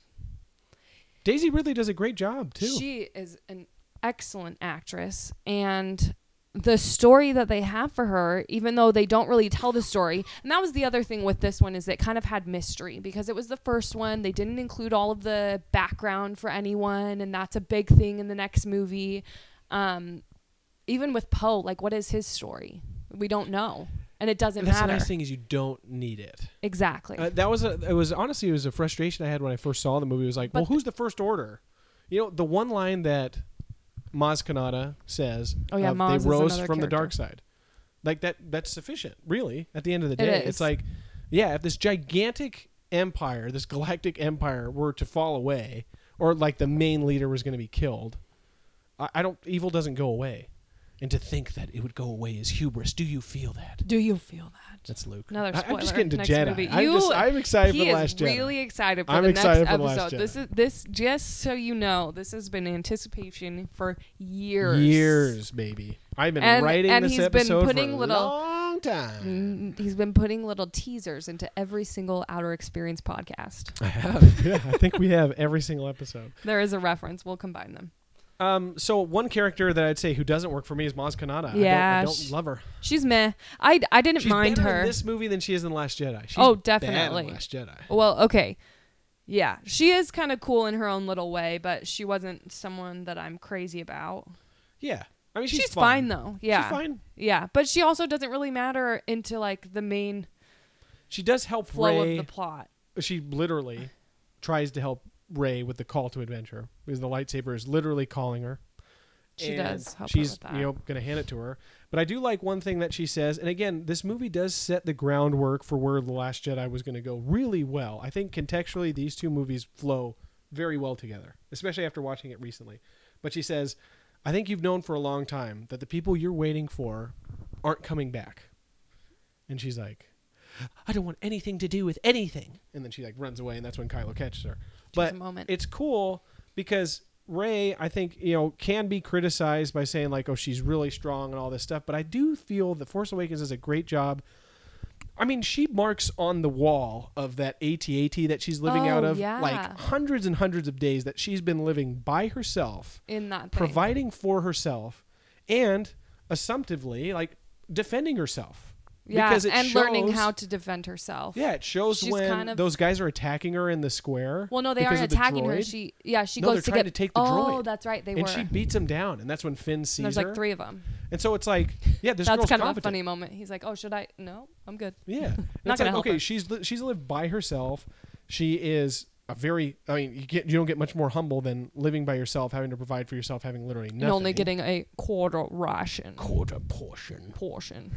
A: Daisy Ridley does a great job too.
B: She is an excellent actress and the story that they have for her even though they don't really tell the story and that was the other thing with this one is it kind of had mystery because it was the first one they didn't include all of the background for anyone and that's a big thing in the next movie um, even with poe like what is his story we don't know and it doesn't
A: And that's the
B: matter
A: nice thing is you don't need it.
B: exactly
A: Uh, that was a, it was honestly it was a frustration I had when I first saw the movie. It was like,
B: But
A: well, who's the first order? You know, the one line that Maz Kanata says,
B: Oh, yeah,
A: of,
B: Maz is
A: they rose
B: another
A: from the dark
B: character."
A: side. Like that that's sufficient, really. At the end of the
B: It
A: day, it's
B: is.
A: like, yeah, if this gigantic empire, this galactic empire, were to fall away, or like the main leader was going to be killed, I, I don't. Evil doesn't go away, and to think that it would go away is hubris. Do you feel that?
B: do you feel that
A: That's Luke.
B: Another
A: I- I'm just
B: spoiler.
A: getting to
B: Next
A: Jedi.
B: movie.
A: I'm,
B: You-
A: just, I'm excited
B: he
A: for the
B: is
A: last Jedi.
B: really excited for
A: I'm
B: the
A: excited
B: next
A: for The Last
B: episode. This is this just so you know, this has been anticipation for years.
A: years, baby. I've been
B: And-
A: writing
B: and
A: this
B: he's been
A: episode
B: putting
A: for a
B: little-
A: long time.
B: Mm, He's been putting little teasers into every single Outer Experience podcast.
A: I have. yeah, I think we have every single episode.
B: There is a reference. We'll combine them.
A: Um, so one character that I'd say who doesn't work for me is Maz Kanata. I
B: Yeah,
A: don't, I
B: sh-
A: don't love her.
B: She's meh. I, I didn't
A: She's
B: mind
A: better
B: her.
A: in this movie than she is in Last Jedi. She's
B: Oh,
A: Bad in
B: definitely.
A: Last Jedi.
B: Well, okay. Yeah, she is kind of cool in her own little way, but she wasn't someone that I'm crazy about.
A: Yeah. I mean, she's,
B: She's, fine. though. Yeah.
A: She's fine.
B: Yeah, but she also doesn't really matter into like the main
A: She does help
B: flow
A: Ray.
B: of the plot.
A: she literally tries to help Ray with the call to adventure because the lightsaber is literally calling her.
B: She
A: And
B: does help her
A: she's
B: with that.
A: you know going to hand it to her. But I do like one thing that she says, and again, this movie does set the groundwork for where the Last Jedi was going to go really well. I think contextually, these two movies flow very well together, especially after watching it recently. But she says, "I think you've known for a long time that the people you're waiting for aren't coming back," and she's like. I don't want anything to do with anything. And then she like runs away, and that's when Kylo catches her. But
B: a moment.
A: it's cool because Ray, I think you know, can be criticized by saying like, "Oh, she's really strong" and all this stuff. But I do feel that Force Awakens does a great job. I mean, she marks on the wall of that ATAT that she's living
B: Oh,
A: out of
B: yeah.
A: like hundreds and hundreds of days that she's been living by herself
B: in that thing.
A: providing for herself and assumptively like defending herself
B: yeah,
A: because it
B: and learning
A: shows-
B: how to defend herself.
A: Yeah, it shows
B: She's
A: when
B: kind of-
A: those guys are attacking her in the square.
B: Well, no, they
A: because
B: aren't
A: of the
B: attacking her.
A: droid,
B: She yeah, she
A: No, they're
B: goes to
A: trying
B: get
A: to take the
B: oh,
A: droid.
B: that's right. They
A: and
B: were.
A: she beats him down, and that's when Finn sees
B: And there's
A: her.
B: like three of them.
A: And so it's like, yeah, this
B: That's
A: girl's
B: kind of a
A: competent.
B: funny moment. He's like, "Oh, should I? No, I'm good."
A: Yeah, And
B: Not
A: it's
B: gonna
A: like
B: help
A: okay,
B: her.
A: she's li- she's lived by herself. She is a very. I mean, you get you don't get much more humble than living by yourself, having to provide for yourself, having literally nothing.
B: And only getting a quarter ration
C: Quarter portion.
B: portion.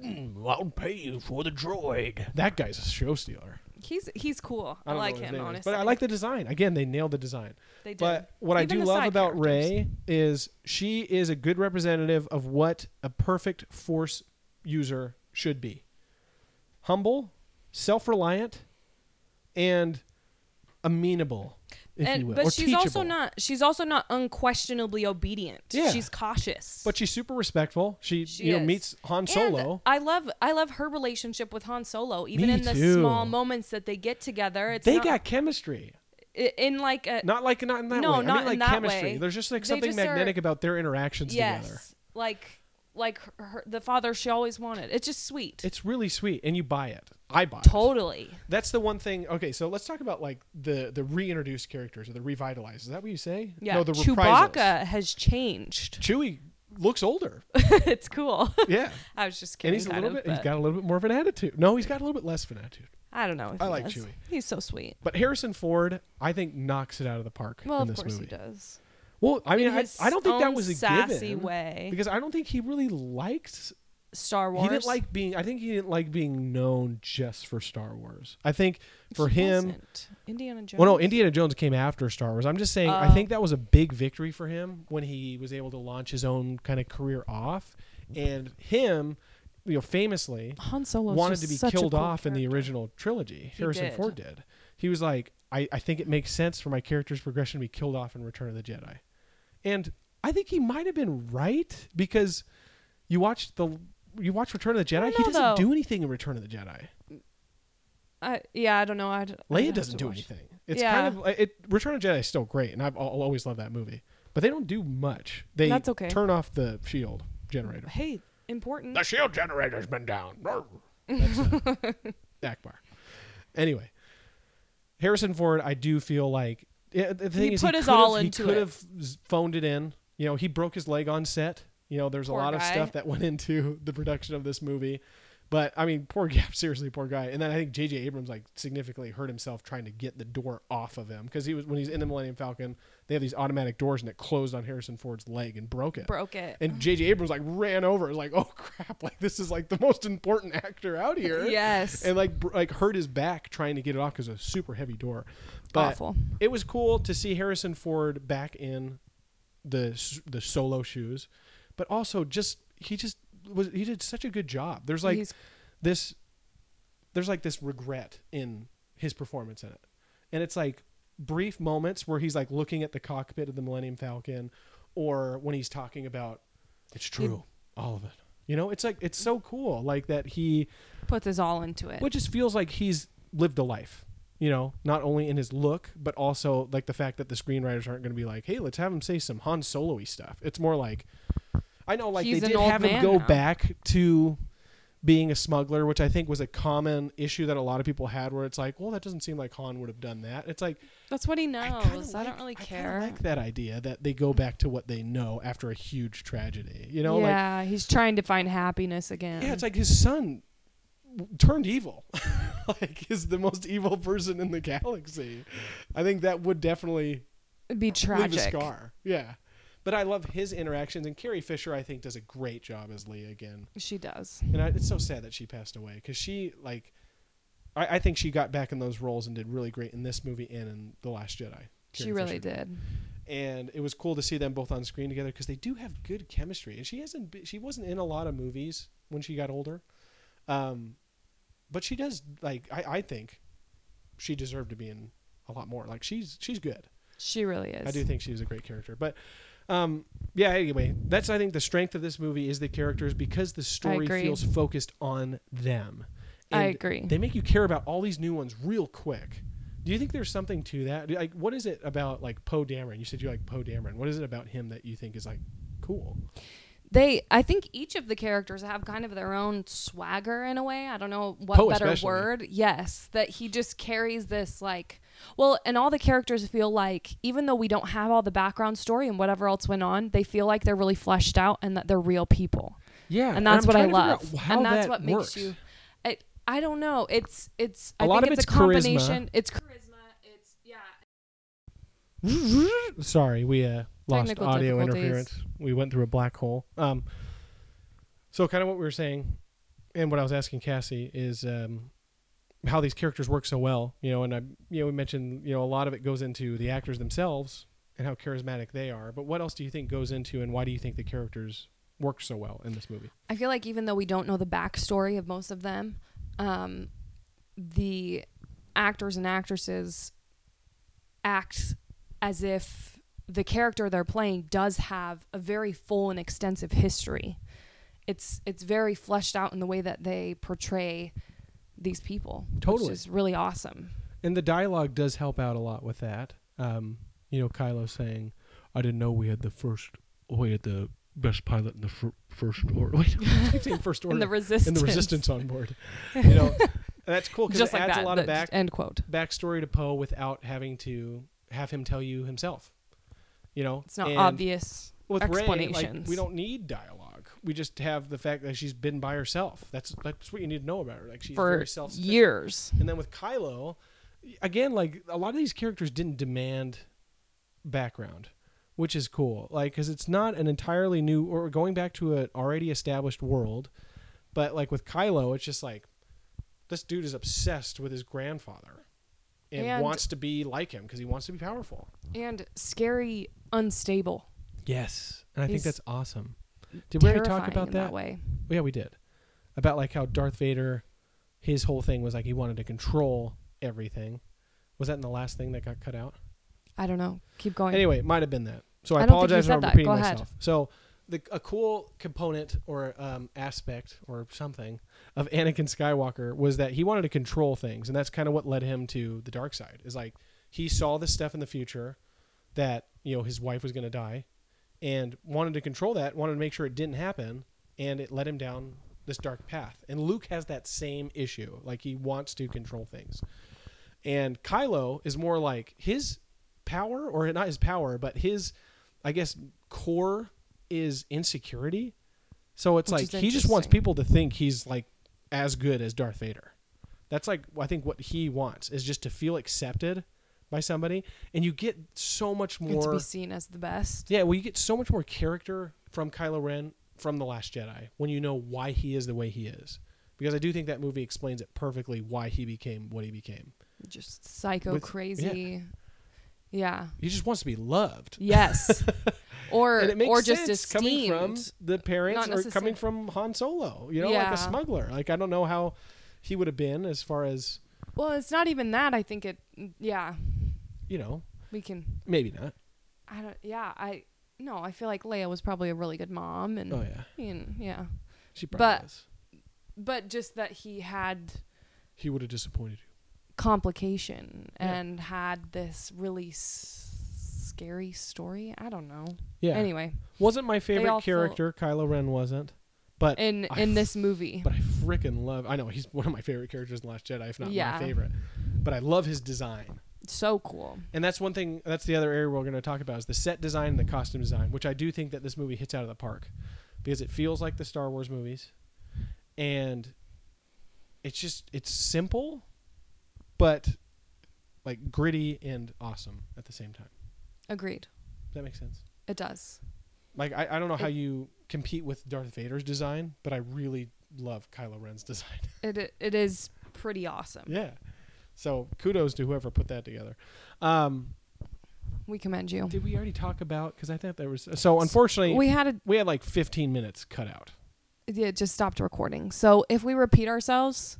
C: Hmm, I'll pay you for the droid.
A: that guy's a show stealer.
B: He's he's cool. I,
A: don't know
B: like
A: what his
B: him
A: name is,
B: honestly.
A: but I like the design. Again, they nailed the design.
B: They did.
A: But what
B: Even
A: I do
B: the
A: love
B: side
A: about Ray
B: characters.
A: is she is a good representative of what a perfect force user should be. Humble, self-reliant, and amenable, if
B: and,
A: you will.
B: but
A: or
B: she's
A: teachable.
B: also not she's also not unquestionably obedient.
A: Yeah.
B: She's cautious.
A: But she's super respectful. She,
B: She
A: you know
B: is.
A: meets Han
B: And
A: Solo.
B: I love I love her relationship with Han Solo. Even
A: Me
B: in the
A: too.
B: small moments that they get together, it's
A: they
B: not,
A: got chemistry.
B: i- in like a
A: Not like not in that
B: No,
A: way. I
B: not
A: mean, like
B: in that
A: chemistry.
B: way.
A: There's just like
B: They
A: something
B: just
A: magnetic
B: are-
A: about their interactions
B: yes,
A: together.
B: like like her, her- the father she always wanted. It's just sweet.
A: It's really sweet, and you buy it. I buy it.
B: totally.
A: That's the one thing. Okay, so let's talk about like the the reintroduced characters or the revitalized. Is that what you say?
B: Yeah,
A: No, the
B: Chewbacca
A: reprisals.
B: has changed.
A: Chewie looks older.
B: it's cool.
A: Yeah,
B: I was just
A: and
B: kidding.
A: he's a
B: kind
A: little
B: of,
A: bit. He's
B: but
A: got a little bit more of an attitude. No, he's got a little bit less of an attitude.
B: I don't know. If
A: I
B: he
A: like
B: does.
A: Chewie.
B: He's so sweet.
A: But Harrison Ford, I think, knocks it out of the park
B: Well,
A: in
B: of
A: this
B: course
A: movie.
B: he does.
A: Well, I mean,
B: In
A: I,
B: his
A: I don't think that
B: own
A: was a
B: sassy
A: given
B: way.
A: because I don't think he really liked.
B: Star Wars.
A: He didn't like being. I think he didn't like being known just for Star Wars. I think for
B: He
A: him,
B: wasn't. Indiana Jones.
A: Well, no, Indiana Jones came after Star Wars. I'm just saying, I
B: Oh.
A: think that was a big victory for him when he was able to launch his own kind of career off. And him, you know, famously
B: Han Solo
A: wanted to be killed off in the original trilogy.
B: He
A: Harrison
B: did.
A: Ford did. He was like, I, I think it makes sense for my character's progression to be killed off in Return of the Jedi. And I think he might have been right because you watched the you watch Return of the Jedi,
B: don't
A: he
B: know,
A: doesn't
B: though.
A: do anything in Return of the Jedi.
B: I, yeah, I don't know. I'd, I'd
A: Leia
B: have
A: doesn't
B: to
A: do
B: watch.
A: anything. It's
B: Yeah.
A: kind of it. Return of Jedi is still great, and I've, I'll always love that movie. But they don't do much. They
B: That's okay.
A: turn off the shield generator.
B: Hey, important.
C: The shield generator's been down. Brr.
A: Akbar. Anyway, Harrison Ford, I do feel like yeah, the thing
B: He
A: is
B: put
A: he
B: his
A: could've-
B: all
A: he
B: into
A: could
B: it.
A: have phoned it in. You know, he broke his leg on set. You know, there's a
B: Poor
A: lot of
B: guy.
A: stuff that went into the production of this movie. But I mean, poor guy. Seriously, poor guy. And then I think J.J. Abrams like significantly hurt himself trying to get the door off of him because he was when he's in the Millennium Falcon, they have these automatic doors and it closed on Harrison Ford's leg and broke it.
B: Broke it.
A: And J.J. Abrams like ran over, and was like, oh crap, like this is like the most important actor out here
B: yes.
A: and like br- like hurt his back trying to get it off because a super heavy door. But
B: Awful.
A: it was cool to see Harrison Ford back in the s- the solo shoes, but also just he just was he did such a good job. There's like
B: He's-
A: this there's like this regret in his performance in it. And it's like brief moments where he's like looking at the cockpit of the Millennium Falcon or when he's talking about it's true, all of it. You know, it's like it's so cool like that he
B: Puts his all into it.
A: which just feels like he's lived a life, you know, not only in his look, but also like the fact that the screenwriters aren't going to be like, hey, let's have him say some Han Solo y stuff. It's more like, I know, like
B: He's
A: they
B: an
A: did
B: old
A: have him
B: man
A: go
B: now.
A: back to being a smuggler, which I think was a common issue that a lot of people had where it's like, well, that doesn't seem like Han would have done that. It's like,
B: That's what he
A: I, kinda
B: knows. Oh, I,
A: like-
B: don't really
A: kinda
B: care.
A: like that idea that they go back to what they know after a huge tragedy, you know? Like,
B: yeah, he's trying to find happiness again.
A: yeah, it's like his son w- turned evil. like is the most evil person in the galaxy. I think that would definitely
B: It'd be tragic.
A: leave a scar. Yeah. But I love his interactions and Carrie Fisher I think does a great job as Leia again.
B: She does.
A: And I, it's so sad that she passed away cuz she like I, I think she got back in those roles and did really great in this movie and in The Last Jedi.
B: She
A: Carrie
B: really
A: Fisher
B: did.
A: and it was cool to see them both on screen together because they do have good chemistry. And she hasn't be, she wasn't in a lot of movies when she got older, um, but she does like I, I think she deserved to be in a lot more. Like she's she's good.
B: She really is.
A: I do think she's a great character, but. Um, yeah, anyway, that's I think the strength of this movie is the characters because the story
B: agree.
A: feels focused on them.
B: I
A: And
B: agree.
A: They make you care about all these new ones real quick. Do you think there's something to that? Do- Like, what is it about like Poe Dameron? You said you like Poe Dameron. What is it about him that you think is like cool?
B: they I think each of the characters have kind of their own swagger in a way. I don't know what
A: Poe
B: better
A: Oh, especially.
B: word. Yes, that he just carries this like well, and all the characters feel like even though we don't have all the background story and whatever else went on, they feel like they're really fleshed out and that they're real people.
A: Yeah,
B: And that's
A: I'm
B: what I
A: trying to figure out
B: love.
A: how
B: And that's
A: that
B: what makes
A: works.
B: you I, I don't know. It's it's
A: A
B: I
A: lot
B: think
A: of
B: it's,
A: it's
B: a
A: charisma.
B: combination. It's charisma. It's yeah.
A: Sorry, we uh, lost
B: Technical
A: audio
B: difficulties.
A: interference. We went through a black hole. Um, so kind of what we were saying, and what I was asking Cassie is um, how these characters work so well. You know, and I, you know, we mentioned you know a lot of it goes into the actors themselves and how charismatic they are. But what else do you think goes into, and why do you think the characters work so well in this movie?
B: I feel like even though we don't know the backstory of most of them, um, the actors and actresses act as if the character they're playing does have a very full and extensive history. It's it's very fleshed out in the way that they portray these people.
A: Totally.
B: which is really awesome.
A: And the dialogue does help out a lot with that. Um, you know, Kylo saying,
D: I didn't know we had the first, we had the best pilot in the fir- first order. Wait,
A: I keep saying first order,
B: And the resistance.
A: and the resistance on board. You know, that's cool because
B: just
A: it
B: like
A: adds
B: that.
A: a lot of back
B: that- End quote.
A: backstory to Poe without having to have him tell you himself. You know,
B: It's not
A: And
B: obvious.
A: With Rey, like,
B: explanations.
A: we don't need dialogue. We just have the fact that she's been by herself. That's that's what you need to know about her. Like she's
B: for
A: very self
B: years.
A: and then with Kylo, again, like a lot of these characters didn't demand background, which is cool. Like, because it's not an entirely new or going back to an already established world. But like with Kylo, it's just like this dude is obsessed with his grandfather and,
B: And-
A: wants to be like him because he wants to be powerful.
B: and scary, unstable.
A: Yes, and I
B: think He's
A: think that's awesome. Did we already talk
B: terrifying
A: about
B: in
A: that?
B: way?
A: Yeah, we did. About like how Darth Vader, his whole thing was like he wanted to control everything. Was that in the last thing that got cut out?
B: I don't know. Keep going.
A: Anyway, it might have been that. So I,
B: I don't think you
A: apologize
B: said
A: for
B: that.
A: repeating
B: Go ahead.
A: myself. So the, a cool component or um, aspect or something of Anakin Skywalker was that he wanted to control things, and that's kind of what led him to the dark side. Is like he saw this stuff in the future that you know his wife was going to die, and wanted to control that, wanted to make sure it didn't happen, and it led him down this dark path. And Luke has that same issue. Like he wants to control things. And Kylo is more like his power, or not his power, but his, I guess, core is insecurity. So it's
B: Which
A: like
B: is
A: he just wants
B: interesting.
A: people to think he's like as good as Darth Vader. That's like I think what he wants is just to feel accepted by somebody, and you get so much
B: And to
A: more
B: be seen as the best.
A: yeah, well, you get so much more character from Kylo Ren from The Last Jedi when you know why he is the way he is. Because I do think that movie explains it perfectly why he became what he became.
B: Just psycho
A: With-
B: crazy. Yeah.
A: He just wants to be loved.
B: Yes. or
A: and it makes
B: or
A: sense
B: just
A: coming
B: esteemed.
A: from the parents
B: Not
A: or coming
B: necessar-
A: from Han Solo, you know, like
B: Yeah.
A: a smuggler. Like I don't know how he would have been as far as,
B: well, it's not even that. I think it. Yeah,
A: you know,
B: we can.
A: maybe not.
B: I don't. Yeah, I. No, I feel like Leia was probably a really good mom, and
A: Oh yeah.
B: and- yeah,
A: She probably
B: Mm. But-
A: was.
B: but just that he had
A: He would have disappointed you.
B: complication
A: Yeah.
B: and had this really s- scary story. I don't know.
A: Yeah.
B: Anyway,
A: Wasn't my
B: all Eh.
A: favorite
B: feel-
A: character, Kylo Ren wasn't. But
B: in
A: I
B: in
A: f-
B: this movie,
A: But I freaking love. I know he's one of my favorite characters in Last Jedi, if not
B: Yeah.
A: my favorite. But I love his design,
B: so cool.
A: and that's one thing. That's the other area we're going to talk about is the set design and the costume design, which I do think that this movie hits out of the park because it feels like the Star Wars movies, and it's just it's simple, but like gritty and awesome at the same time.
B: Agreed.
A: Does that make sense?
B: It does.
A: Like I, I don't know how
B: It-
A: you compete with Darth Vader's design, but I really love Kylo Ren's design.
B: It i- it is pretty awesome.
A: Yeah. So kudos to whoever put that together. Um,
B: We commend you.
A: did we already talk about? Because I thought there was. So unfortunately,
B: We
A: we,
B: had a
A: had like 15 minutes cut out.
B: it just stopped recording. So if we repeat ourselves,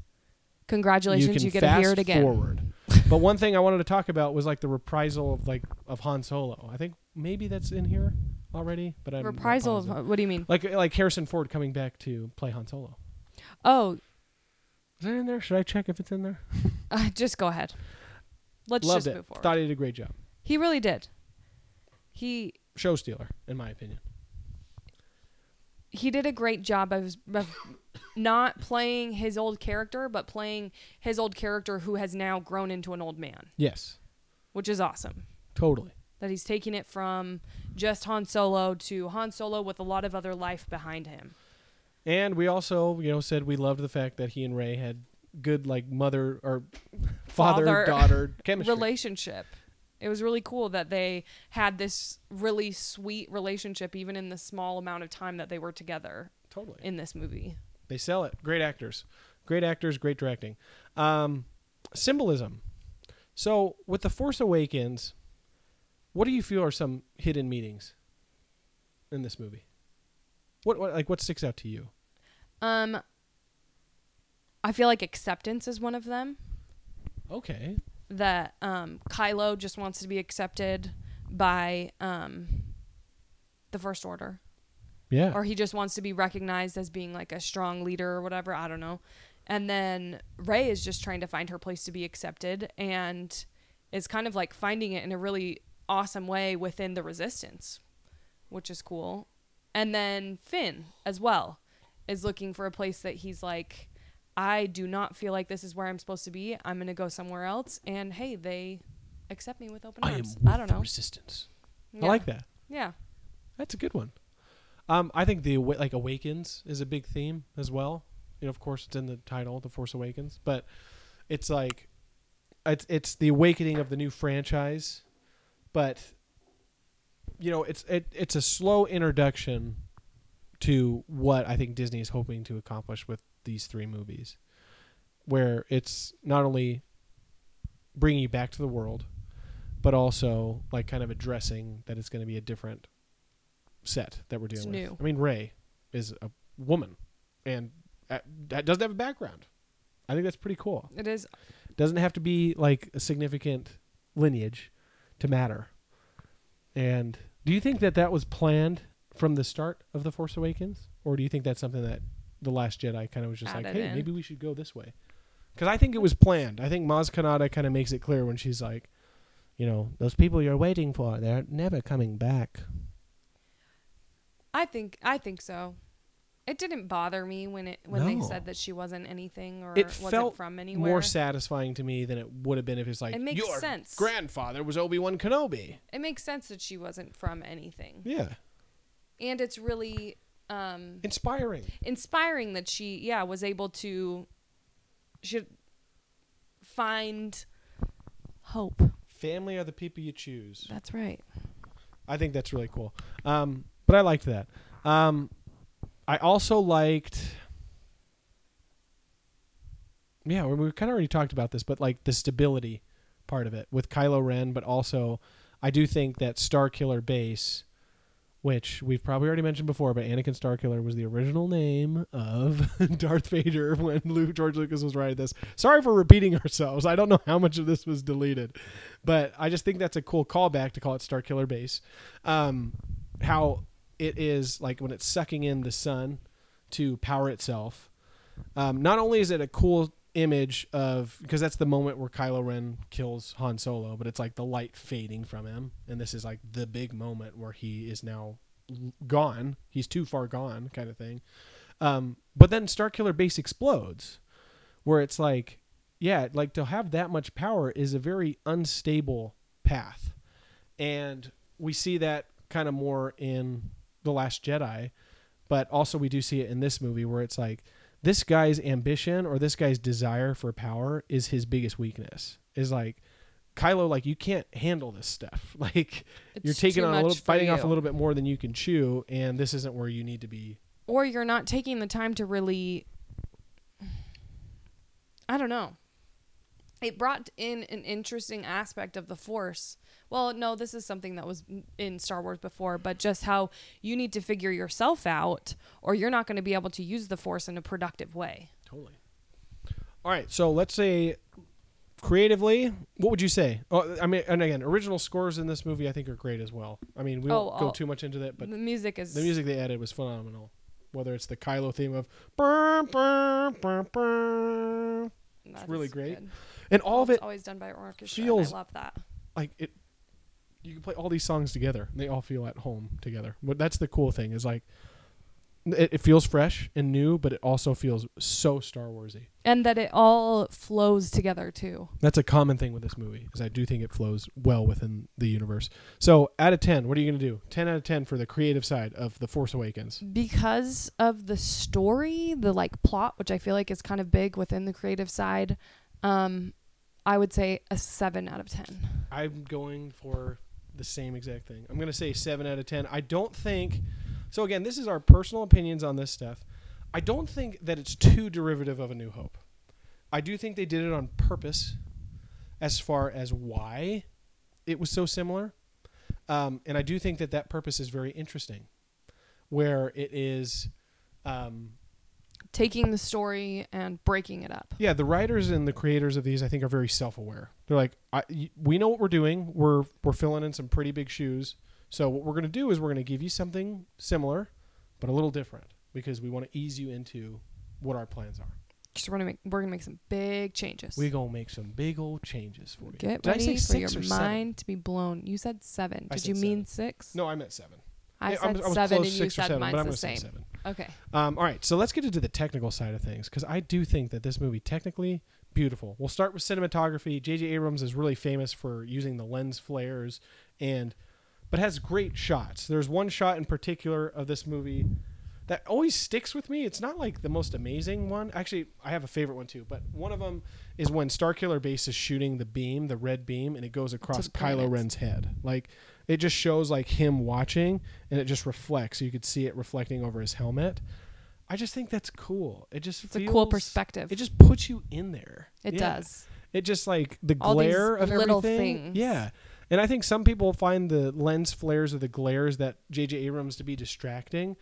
B: congratulations, you, get to hear it again.
A: forward. but one thing I wanted to talk about was like the reprisal of like of Han Solo. I think maybe that's in here already, but I'm not
B: Reprisal
A: positive.
B: of what do you mean?
A: like like Harrison Ford coming back to play Han Solo.
B: Oh,
A: Is that in there? Should I check if it's in there?
B: uh, just go ahead. Let's
A: Loved
B: just
A: it.
B: move forward.
A: Thought he did a great job.
B: he really did. He
A: Show stealer, in my opinion.
B: he did a great job of, of not playing his old character, but playing his old character who has now grown into an old man,
A: Yes,
B: which is awesome.
A: totally.
B: That he's taking it from just Han Solo to Han Solo with a lot of other life behind him.
A: And we also, you know, said we loved the fact that he and Ray had good like mother or father
B: Father.
A: daughter chemistry.
B: Relationship. It was really cool that they had this really sweet relationship, even in the small amount of time that they were together
A: totally.
B: in this movie.
A: They sell it. Great actors. Great actors, great directing. Um, symbolism. So, with The Force Awakens, what do you feel are some hidden meanings in this movie? What, what like what sticks out to you?
B: Um, I feel like acceptance is one of them.
A: Okay.
B: that um, Kylo just wants to be accepted by um, the First Order,
A: Yeah.
B: or he just wants to be recognized as being like a strong leader or whatever. I don't know. And then Ray is just trying to find her place to be accepted, and is kind of like finding it in a really awesome way within the Resistance, which is cool. And then Finn as well is looking for a place that he's like. I do not feel like this is where I'm supposed to be. I'm going to go somewhere else. And hey, they accept me with open arms. I, don't know.
A: resistance.
B: Yeah.
A: I like that.
B: Yeah.
A: That's a good one. Um, I think the awa- like awakens is a big theme as well. You know, of course, it's in the title, "The Force Awakens," but it's like it's it's the awakening of the new franchise, but you know, it's it it's a slow introduction to what I think Disney is hoping to accomplish with these three movies, where it's not only bringing you back to the world, but also like kind of addressing that it's going to be a different set that we're
B: It's
A: dealing with.
B: new.
A: I mean, Ray is a woman, and uh, that doesn't have a background. I think that's pretty cool.
B: It is.
A: Doesn't have to be like a significant lineage to matter. And do you think that that was planned from the start of the Force Awakens, or do you think that's something that the Last Jedi kind of was just like,
B: Added
A: hey,
B: in.
A: maybe we should go this way? Because I think it was planned. I think Maz Kanata kind of makes it clear when she's like, you know, those people you're waiting for, they're never coming back.
B: I think. I think so. It didn't bother me when it when they
A: No.
B: said that she wasn't anything or
A: It
B: wasn't
A: felt
B: from anywhere.
A: More satisfying to me than it would have been if it's like
B: It makes
A: your
B: sense.
A: grandfather was Obi Wan Kenobi.
B: it makes sense that she wasn't from anything,
A: Yeah,
B: and it's really um,
A: inspiring.
B: inspiring that she yeah was able to should find hope.
A: Family are the people you choose.
B: That's right.
A: I think that's really cool. Um, but I liked that. Um, I also liked. Yeah, we, we kind of already talked about this, but like the stability part of it with Kylo Ren, but also I do think that Star Killer Base, which we've probably already mentioned before, but Anakin Starkiller was the original name of Darth Vader when Luke, George Lucas was writing this. Sorry for repeating ourselves. I don't know how much of this was deleted, but I just think that's a cool callback to call it Starkiller Base. Um, how it is like when it's sucking in the sun to power itself. Um, not only is it a cool image of because that's the moment where Kylo Ren kills Han Solo, but it's like the light fading from him, and this is like the big moment where he is now l- gone. He's too far gone, kind of thing. Um, but then Starkiller Base explodes, where it's like, yeah, like to have that much power is a very unstable path, and we see that kind of more in the Last Jedi, but also we do see it in this movie where it's like this guy's ambition or this guy's desire for power is his biggest weakness. Is like Kylo, like you can't handle this stuff. Like
B: It's
A: you're taking
B: too
A: on a little,
B: much for
A: fighting off a
B: you.
A: little bit more than you can chew, and this isn't where you need to be.
B: or you're not taking the time to really I don't know. It brought in an interesting aspect of the force. Well, no, this is something that was in Star Wars before, but just how you need to figure yourself out or you're not going to be able to use the force in a productive way.
A: Totally. All right, so let's say creatively, what would you say? Oh, I mean, and again, original scores in this movie I think are great as well. I mean, we
B: Oh,
A: won't go
B: I'll-
A: too much into that, but
B: the music is
A: The music they added was phenomenal. Whether it's the Kylo theme of "Brr, brr, brr, brr,"
B: that
A: really
B: is
A: great.
B: good.
A: and all of
B: It's
A: it,
B: always done by orchestra.
A: feels-
B: and I love that.
A: like it, you can play all these songs together. And they all feel at home together. But that's the cool thing is like It, it feels fresh and new, but it also feels so Star Warsy.
B: and that it all flows together too.
A: That's a common thing with this movie, is I do think it flows well within the universe. So, out of ten, what are you going to do? Ten out of ten for the creative side of the Force Awakens.
B: because of the story, the like plot, which I feel like is kind of big within the creative side, um, I would say a seven out of ten.
A: I'm going for the same exact thing. I'm going to say seven out of ten. I don't think. So again, this is our personal opinions on this stuff. I don't think that it's too derivative of A New Hope. I do think they did it on purpose, as far as why it was so similar, um, and I do think that that purpose is very interesting, where it is. Um,
B: Taking the story and breaking it up.
A: Yeah, the writers and the creators of these, I think, are very self-aware. They're like, I, y- we know what we're doing. We're we're filling in some pretty big shoes. So what we're going to do is we're going to give you something similar, but a little different because we want to ease you into what our plans are.
B: Just we're gonna make we're gonna make some big changes.
A: We're gonna make some big old changes for you.
B: Get
A: Did I say
B: ready for your
A: six or
B: mind
A: seven?
B: to be blown. You said seven.
A: I
B: Did
A: said
B: you mean six?
A: No, I meant seven.
B: I
A: Yeah,
B: said
A: was- I was
B: seven,
A: close
B: and you
A: six or
B: said
A: seven, but I'm
B: mine's
A: gonna
B: the
A: say
B: same.
A: seven.
B: Okay.
A: Um, all right, so let's get into the technical side of things because I do think that this movie technically beautiful. We'll start with cinematography. J.J. Abrams is really famous for using the lens flares and, but has great shots. There's one shot in particular of this movie that always sticks with me. It's not like the most amazing one. Actually, I have a favorite one too, but one of them is when Starkiller Base is shooting the beam, the red beam, and it goes across
B: the
A: Kylo
B: planets.
A: Ren's head. Like it just shows like him watching, and it just reflects. You could see it reflecting over his helmet. I just think that's cool. It just
B: It's a cool
A: feels-
B: perspective.
A: It just puts you in there.
B: It
A: Yeah.
B: does.
A: It just like the
B: All these
A: glare of
B: little
A: everything.
B: things.
A: Yeah. And I think some people find the lens flares or the glares that JJ Abrams to be distracting,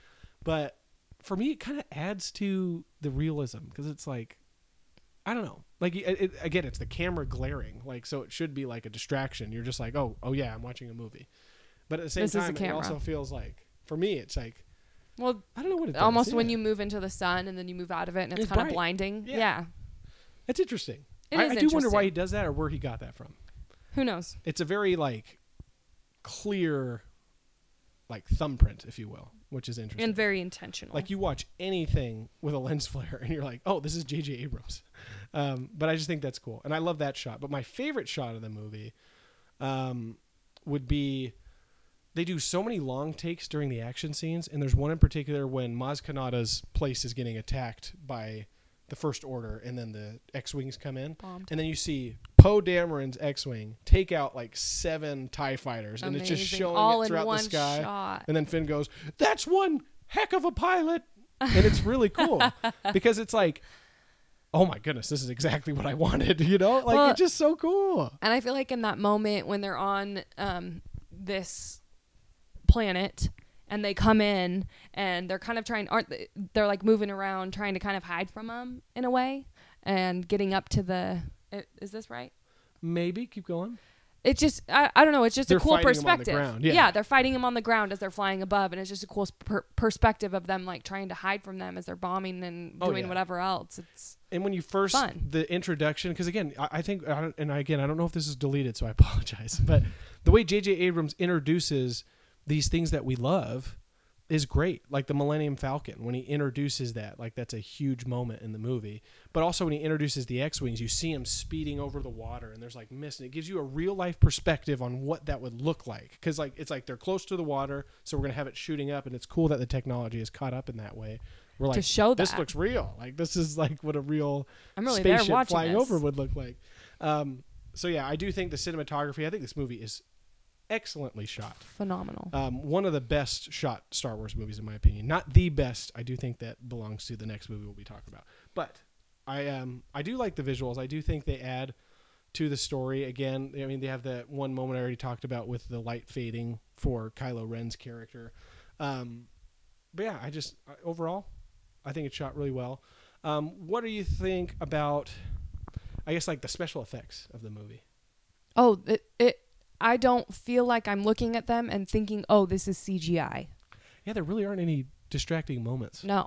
A: but for me it kind of adds to the realism because it's like I don't know. Like it, it, again, it's the camera glaring. Like so it should be like a distraction. You're just like, "Oh, oh yeah, I'm watching a movie." But at the same
B: This is a
A: time, it
B: camera.
A: also feels like for me it's like
B: Well,
A: I don't know what it does.
B: almost when
A: Yeah.
B: you move into the sun and then you move out of it, and it's,
A: It's
B: kind of
A: bright.
B: blinding.
A: Yeah.
B: yeah.
A: That's interesting.
B: It
A: I,
B: is
A: I do wonder why
B: interesting.
A: he does that or where he got that from.
B: Who knows?
A: It's a very like clear, like thumbprint, if you will, which is interesting.
B: and very intentional.
A: like you watch anything with a lens flare and you're like, oh, this is J.J. Abrams. Um, but I just think that's cool, and I love that shot. But my favorite shot of the movie um, would be they do so many long takes during the action scenes, and there's one in particular when Maz Kanata's place is getting attacked by the First Order, and then the X-wings come in,
B: Bombed.
A: and then you see Poe Dameron's X-wing take out like seven Tie fighters, and it's just
B: Amazing.
A: showing
B: All
A: it
B: in
A: throughout
B: one
A: the sky.
B: shot.
A: And then Finn goes, "That's one heck of a pilot," and it's really cool because it's like, "Oh my goodness, this is exactly what I wanted," you know? Like
B: Well-
A: it's just so cool.
B: And I feel like in that moment when they're on um, this planet and they come in and they're kind of trying aren't they, they're like moving around trying to kind of hide from them in a way and getting up to the i- is this right
A: Maybe keep going.
B: it's just I, I don't know it's just
A: They're
B: a cool
A: fighting 'em on the
B: perspective
A: ground, yeah.
B: they're fighting them on the ground as they're flying above and it's just a cool s- per- perspective of them like trying to hide from them as they're bombing and
A: Oh,
B: doing
A: yeah.
B: whatever else it's
A: And when you first
B: Fun.
A: the introduction, because again, I, I think, I don't, and again, I don't know if this is deleted, so I apologize. But the way J.J. Abrams introduces these things that we love is great. Like the Millennium Falcon, when he introduces that, like that's a huge moment in the movie. But also when he introduces the X-wings, you see him speeding over the water, and there's like mist, and it gives you a real life perspective on what that would look like. Because like it's like they're close to the water, so we're gonna have it shooting up, and it's cool that the technology is caught up in that way. We're like,
B: to show that
A: this looks real. Like this is like what a real
B: I'm really there
A: spaceship
B: watching
A: flying
B: this.
A: over would look like. Um, so yeah, I do think the cinematography. I think this movie is excellently shot.
B: phenomenal
A: Um, one of the best shot Star Wars movies, in my opinion. Not the best. I do think that belongs to the next movie we'll be talking about. But I um I do like the visuals. I do think they add to the story. Again, I mean they have that one moment I already talked about with the light fading for Kylo Ren's character. Um, but yeah, I just I- overall, I think it shot really well. Um, what do you think about? I guess like the special effects of the movie.
B: oh it, it i don't feel like i'm looking at them and thinking oh this is cgi
A: Yeah, there really aren't any distracting moments.
B: no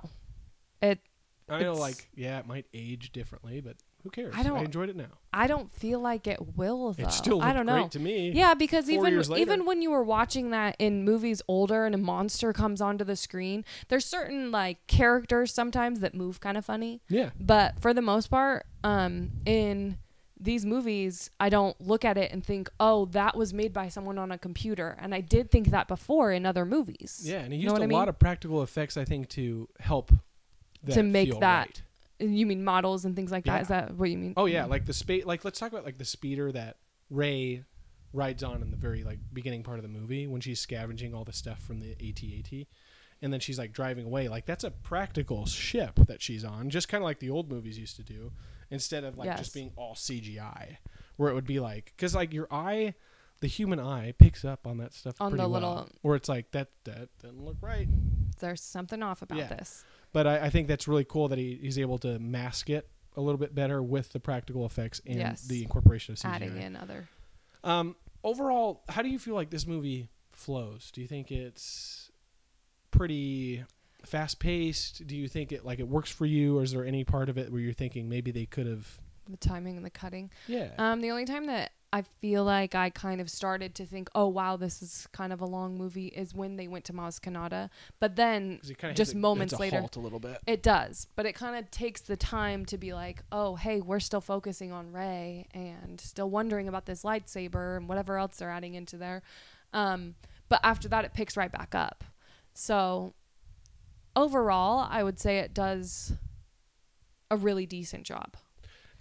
B: it
A: I know,
B: It's-
A: like, yeah, it might age differently, but Who cares?
B: I don't-
A: enjoyed it now.
B: I don't feel like it will. Though.
A: It still looked
B: I don't know.
A: great to me.
B: Yeah, because
A: Four
B: even
A: years later.
B: even when you were watching that in movies older and a monster comes onto the screen, there's certain like characters sometimes that move kind of funny.
A: Yeah.
B: But for the most part, um, in these movies, I don't look at it and think, "Oh, that was made by someone on a computer." And I did think that before in other movies.
A: Yeah, and he
B: You
A: used
B: know
A: a
B: what I mean?
A: lot of practical effects, I think, to help that
B: To make
A: feel
B: that-
A: right.
B: You mean models and things like that? Is
A: Yeah.
B: that what you mean?
A: Oh yeah, like the space. Like let's talk about like the speeder that Ray rides on in the very like beginning part of the movie when she's scavenging all the stuff from the AT-AT, and then she's like driving away. Like that's a practical ship that she's on, just kind of like the old movies used to do, instead of like
B: Yes.
A: just being all CGI, where it would be like because like your eye. The human eye picks up on that stuff
B: On
A: pretty
B: the
A: well,
B: little-
A: where it's like that that doesn't look right.
B: There's something off about
A: Yeah.
B: this.
A: But I, I think that's really cool that he, he's able to mask it a little bit better with the practical effects and
B: Yes.
A: the incorporation of CGI.
B: Adding in other.
A: Um, overall, how do you feel like this movie flows? Do you think it's pretty fast paced? Do you think it like it works for you, or is there any part of it where you're thinking maybe they could have?
B: the timing and the cutting.
A: Yeah,
B: Um, the only time that I feel like I kind of started to think, oh wow, this is kind of a long movie, is when they went to Maz Kanata. But then
A: 'Cause it kinda hits
B: just
A: a-
B: moments
A: hits a
B: later,
A: halt a little bit.
B: it does. But it kind of takes the time to be like, oh hey, we're still focusing on Ray and still wondering about this lightsaber and whatever else they're adding into there. Um, but after that, it picks right back up. So overall, I would say it does a really decent job.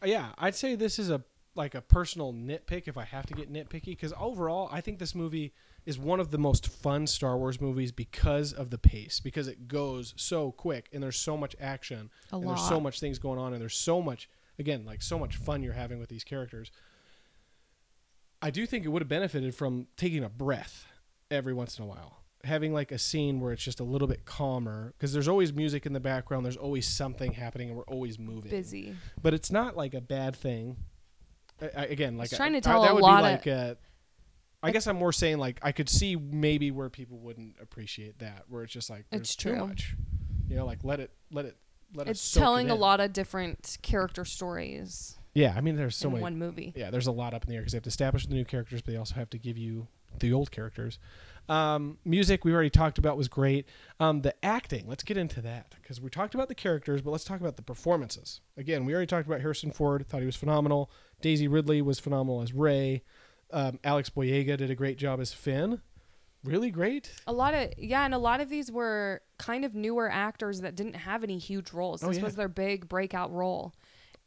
A: Uh, Yeah, I'd say this is a like a personal nitpick if I have to get nitpicky because overall I think this movie is one of the most fun Star Wars movies because of the pace because it goes so quick and there's so much action
B: A
A: and there's so
B: lot.
A: much things going on and there's so much again like so much fun you're having with these characters. I do think it would have benefited from taking a breath every once in a while. Having like a scene where it's just a little bit calmer because there's always music in the background, there's always something happening, and we're always moving
B: Busy.
A: but it's not like a bad thing. I, I, again, like
B: was trying to
A: I-
B: tell
A: that
B: a
A: would
B: lot
A: be
B: of-
A: like. uh, I guess I'm more saying like I could see maybe where people wouldn't appreciate that, where it's just like there's
B: It's
A: too
B: true.
A: much, you know, like let it let it let us
B: it's
A: soak it
B: telling a
A: in.
B: lot of different character stories
A: Yeah, I mean, there's so
B: in
A: many.
B: one movie.
A: yeah, there's a lot up in the air because they have to establish the new characters, but they also have to give you the old characters. Um, music we already talked about was great. Um, the acting, let's get into that because we talked about the characters, but let's talk about the performances. Again, we already talked about Harrison Ford; thought he was phenomenal. Daisy Ridley was phenomenal as Ray. Um, Alex Boyega did a great job as Finn. Really great.
B: A lot of yeah, and a lot of these were kind of newer actors that didn't have any huge roles.
A: Oh,
B: This
A: yeah.
B: was their big breakout role,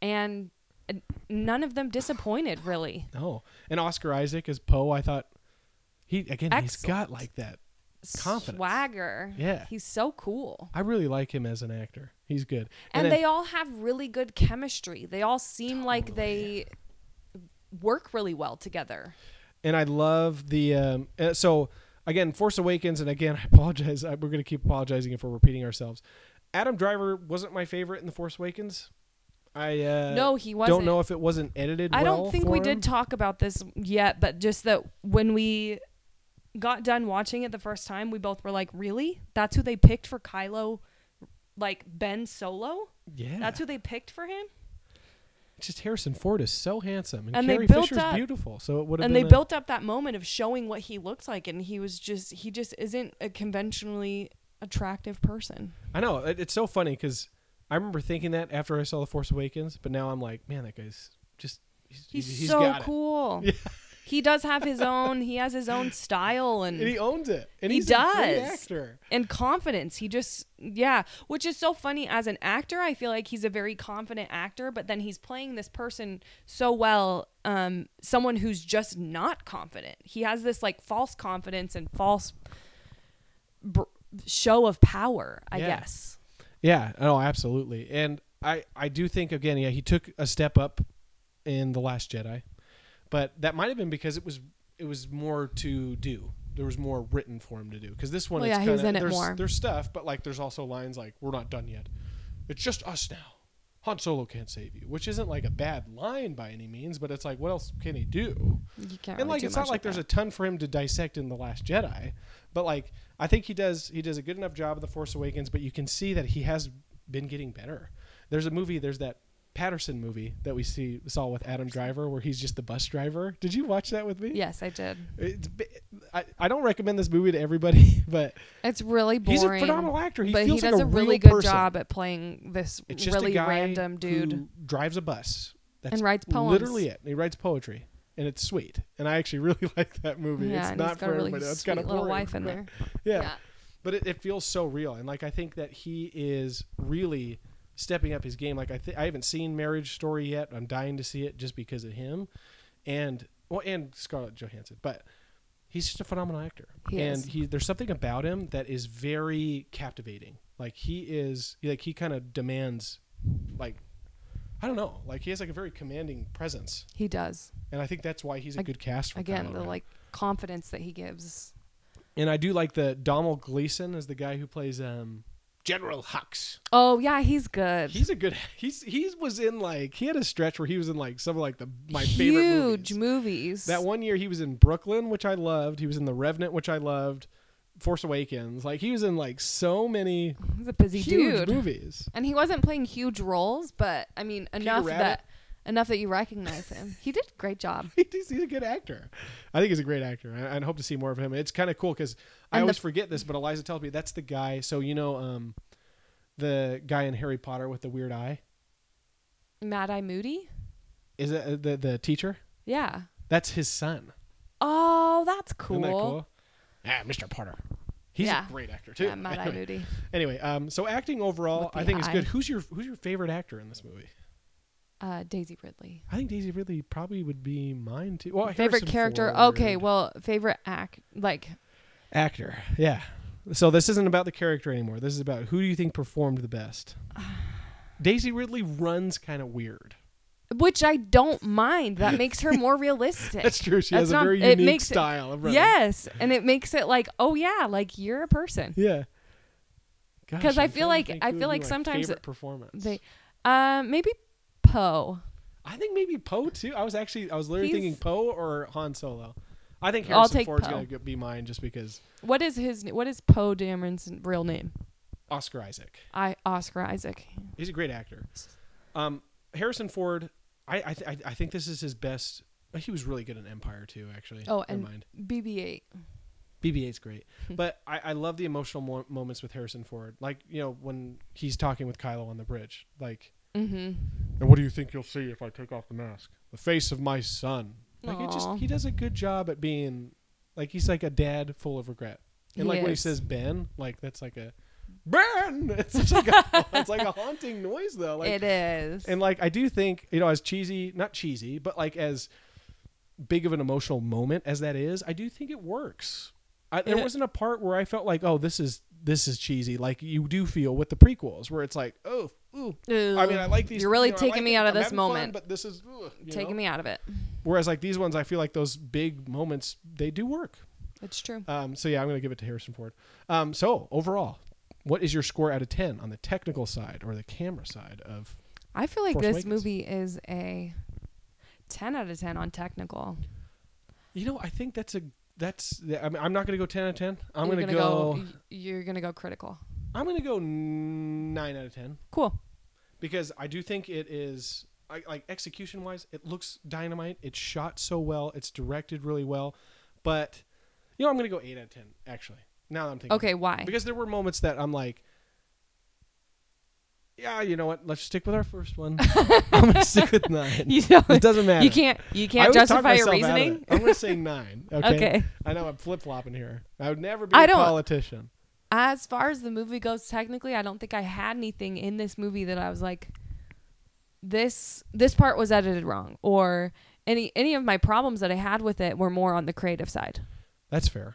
B: and uh, none of them disappointed really.
A: No, and Oscar Isaac as Poe. I thought he again. He's got
B: Excellent.
A: like that. Confidence.
B: Swagger.
A: Yeah.
B: he's so cool.
A: I really like him as an actor. He's good.
B: And,
A: then-
B: they all have really good chemistry. They all seem like they work really well together.
A: and I love the um, uh, so again Force Awakens and again I apologize I, we're gonna keep apologizing if we're repeating ourselves. Adam Driver wasn't my favorite in the Force Awakens. I uh,
B: No, he
A: Don't
B: wasn't.
A: know if it wasn't edited.
B: I
A: well
B: don't think we
A: for him.
B: did talk about this yet, but just that when we got done watching it the first time, we both were like, "Really? That's who they picked for Kylo, like Ben Solo?
A: yeah,
B: That's who they picked for him?"
A: just Harrison Ford is so handsome and,
B: And they
A: Carrie
B: built
A: Fisher's
B: up-
A: beautiful. So it would have
B: And they
A: been a-
B: built up that moment of showing what he looks like, and he was just he just isn't a conventionally attractive person.
A: I know it, it's so funny because I remember thinking that after I saw the Force Awakens, but now I'm like, man, that guy's just he's,
B: He's,
A: he's- he's
B: so
A: got it.
B: cool. He does have his own. He has his own style, and
A: And he owns it. And
B: He
A: he's a great
B: does.
A: actor.
B: and confidence. He just yeah, which is so funny as an actor. I feel like he's a very confident actor, but then he's playing this person so well, um someone who's just not confident. He has this like false confidence and false br- show of power, I
A: Yeah.
B: guess.
A: Yeah, oh, absolutely. And I I do think again, yeah, he took a step up in the last Jedi. But that might have been because it was it was more to do. There was more written for him to do because this one
B: Well,
A: it's
B: yeah, he
A: kinda,
B: was in it
A: there's,
B: more.
A: there's stuff, but like there's also lines like we're not done yet. It's just us now. Han Solo can't save you, which isn't like a bad line by any means, but it's like what else can he do?
B: You can't
A: and like it's not like there's a ton for him to dissect in the last jedi but like i think he does he does a good enough job of the force awakens but you can see that he has been getting better there's a movie there's that Patterson movie that we see saw with Adam Driver, where he's just the bus driver. Did you watch that with me?
B: Yes, I did.
A: It's, bi- I, I don't recommend this movie to everybody, but
B: It's really boring.
A: he's a phenomenal actor. He
B: but
A: feels
B: he
A: like
B: does
A: a,
B: a, really
A: real
B: good
A: person.
B: job at playing this
A: It's just
B: really
A: a guy
B: random dude.
A: who drives a bus. That's
B: And writes poems.
A: Literally, it. And he writes poetry, and it's sweet. And I actually really like that movie.
B: yeah,
A: it's
B: and
A: not
B: he's got
A: for
B: a really
A: everybody. That's
B: sweet
A: kind of
B: little
A: boring,
B: wife in
A: but-
B: there.
A: Yeah, but it, it feels so real, and like I think that he is really stepping up his game. Like I, th- I haven't seen Marriage Story yet. I'm dying to see it just because of him, and well, and Scarlett Johansson. But he's just a phenomenal actor,
B: He
A: and
B: is.
A: he there's something about him that is very captivating. Like he is, like he kind of demands, like I don't know, like he has like a very commanding presence,
B: He does.
A: and I think that's why he's a
B: Ag-
A: good cast for
B: Again,
A: Kylo
B: the
A: Ren.
B: like confidence that he gives.
A: And I do like the Donald Gleason is the guy who plays um
C: General Hux.
B: Oh yeah, he's good.
A: He's a good. He's he was in like he had a stretch where he was in like some of like the my favorite
B: Huge
A: movies.
B: movies.
A: That one year he was in Brooklyn, which I loved. He was in The Revenant, which I loved. Force Awakens. Like he was in like so many
B: He's a busy
A: huge
B: dude.
A: movies.
B: And he wasn't playing huge roles, but I mean enough
A: Rabbit?
B: that enough that you recognize him. he did a great job.
A: He's, he's a good actor. I think he's a great actor. I, I hope to see more of him. It's kind of cool because I
B: And the-
A: always forget this, but Eliza tells me that's the guy. So you know, um, the guy in Harry Potter with the weird eye
B: Mad Eye Moody?
A: is it uh, the the teacher?
B: Yeah.
A: That's his son.
B: Oh, that's cool.
A: Isn't that cool?
C: Ah, Mr. Potter.
A: He's
B: Yeah.
A: a great actor too.
B: Yeah, Mad Eye
A: Anyway.
B: Moody.
A: Anyway, um, so acting overall,
B: With the
A: I think is good.
B: eye.
A: Who's your Who's your favorite actor in this movie?
B: Uh, Daisy Ridley.
A: I think Daisy Ridley probably would be mine too. Well, Harrison
B: favorite character.
A: Ford.
B: Okay, well, favorite act like
A: actor. Yeah. So this isn't about the character anymore. This is about who do you think performed the best. Daisy Ridley runs kind of weird.
B: which I don't mind. That makes her more realistic.
A: That's true. She
B: Eh,
A: has
B: That's
A: a
B: not-
A: very
B: it
A: unique
B: makes it-
A: style of running.
B: Yes, and it makes it like, oh yeah, like you're a person.
A: Yeah. Gosh,
B: 'Cause I
A: I'm
B: feel
A: trying to
B: like-
A: think
B: I
A: who would
B: feel
A: be
B: like
A: my
B: sometimes
A: favorite performance.
B: They, uh, maybe Poe.
A: I think maybe Poe too. I was actually I was literally
B: He's-
A: thinking Poe or Han Solo. I think
B: I'll
A: Harrison
B: take
A: Ford's
B: Poe.
A: gonna go- be mine just because
B: What is his? What is Poe Dameron's real name?
A: Oscar Isaac.
B: I Oscar Isaac.
A: He's a great actor. Um, Harrison Ford. I I, th- I I think this is his best. He was really good in Empire too, actually.
B: Oh,
A: Never
B: and
A: mind.
B: BB-8.
A: BB-8's great, but I, I love the emotional mo- moments with Harrison Ford. Like you know when he's talking with Kylo on the bridge, like
B: Mm-hmm.
E: And what do you think you'll see if I take off the mask?
A: the face of my son. Like it just
B: Aw.
A: he does a good job at being like he's like a dad full of regret. And
B: He
A: like when he
B: is.
A: says Ben, like that's like a Ben. It's such like a, it's like a haunting noise though. Like
B: it is.
A: and like I do think you know as cheesy, not cheesy, but like as big of an emotional moment as that is, I do think it works. I, there
B: Yeah.
A: wasn't a part where I felt like, oh, this is this is cheesy. Like you do feel with the prequels, where it's like, oh, ooh. I mean, I like these.
B: You're really
A: you know, I
B: taking
A: like
B: me
A: it,
B: out of
A: I'm
B: this
A: having fun,
B: moment.
A: but this is ugh, you
B: Taking
A: know?
B: me out of it.
A: Whereas like these ones, I feel like those big moments they do work.
B: It's true.
A: Um, so yeah, I'm going to give it to Harrison Ford. Um, so overall, what is your score out of ten on the technical side or the camera side of?
B: I feel like
A: Force
B: this
A: Awakens.
B: movie is a ten out of ten on technical.
A: You know, I think that's a that's. I mean, I'm not going to go ten out of ten. I'm
B: You're
A: going to go,
B: y- You're gonna go critical.
A: I'm going to go nine out of ten
B: Cool.
A: because I do think it is I, like execution wise, it looks dynamite. It's shot so well. It's directed really well, but you know, I'm going to go eight out of ten actually. Now that I'm thinking.
B: Okay. Why?
A: because there were moments that I'm like, yeah, you know what? Let's stick with our first one. I'm gonna stick with nine.
B: you don't.
A: It doesn't matter.
B: You can't. You
A: I
B: can't
A: always talk
B: justify your
A: myself out of it.
B: reasoning.
A: I'm gonna say nine. Okay.
B: okay.
A: I know I'm flip flopping here. I would never be a
B: I don't-
A: politician.
B: as far as the movie goes technically i don't think i had anything in this movie that i was like this this part was edited wrong or any any of my problems that i had with it were more on the creative side
A: That's fair.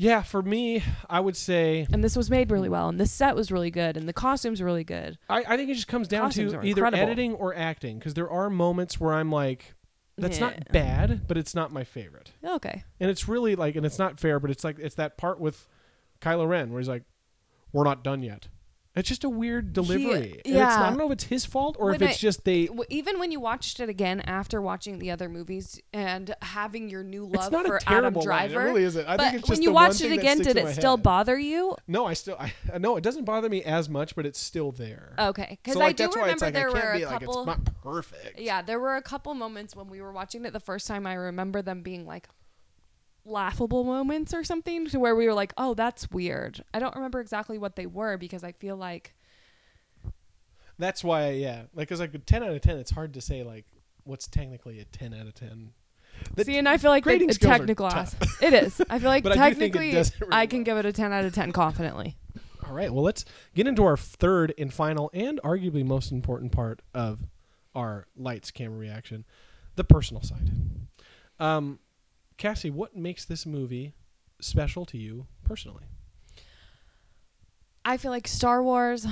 A: Yeah, for me, I would say
B: and this was made really well and this set was really good and the costumes were really good
A: I, I think it just comes down
B: Costumes
A: to
B: are
A: either
B: incredible.
A: editing or acting because there are moments where I'm like, that's not bad, but it's not my favorite.
B: okay
A: And it's really like, and it's not fair, but it's like, it's that part with Kylo Ren where he's like, we're not done yet. It's just a weird delivery. And it's,
B: yeah.
A: I don't know if it's his fault or if
B: When
A: it's
B: I-
A: just they.
B: W- Even when you watched it again after watching the other movies and having your new love
A: It's not
B: for
A: a terrible
B: Adam
A: line.
B: Driver,
A: It really isn't. I
B: but
A: think it's just
B: when you
A: the one
B: watched
A: thing
B: it
A: that
B: again,
A: sticks
B: did
A: in my
B: it still
A: head.
B: bother you?
A: No, I still. I no, it doesn't bother me as much, but it's still there.
B: Okay, because
A: so
B: Uh, I
A: like,
B: do
A: that's why
B: remember
A: it's like
B: there
A: I can't
B: were
A: be
B: a
A: like
B: couple.
A: it's not perfect.
B: yeah, there were a couple moments when we were watching it the first time. I remember them being like laughable moments or something to where we were like, "Oh, that's weird." I don't remember exactly what they were because I feel like
A: That's why. Yeah, like it's like a ten out of ten. It's hard to say like what's technically a ten out of ten. The-
B: See, and I feel like the,
A: grading
B: the
A: skills are
B: technical
A: tough.
B: aspect- It is. I feel like
A: But I do think it
B: technically, I,
A: does it really
B: can
A: well.
B: give it a 10 out of 10 confidently.
A: All right. Well, let's get into our third and final and arguably most important part of our lights camera reaction, the personal side. Um, Cassie, what makes this movie special to you personally?
B: I feel like Star Wars,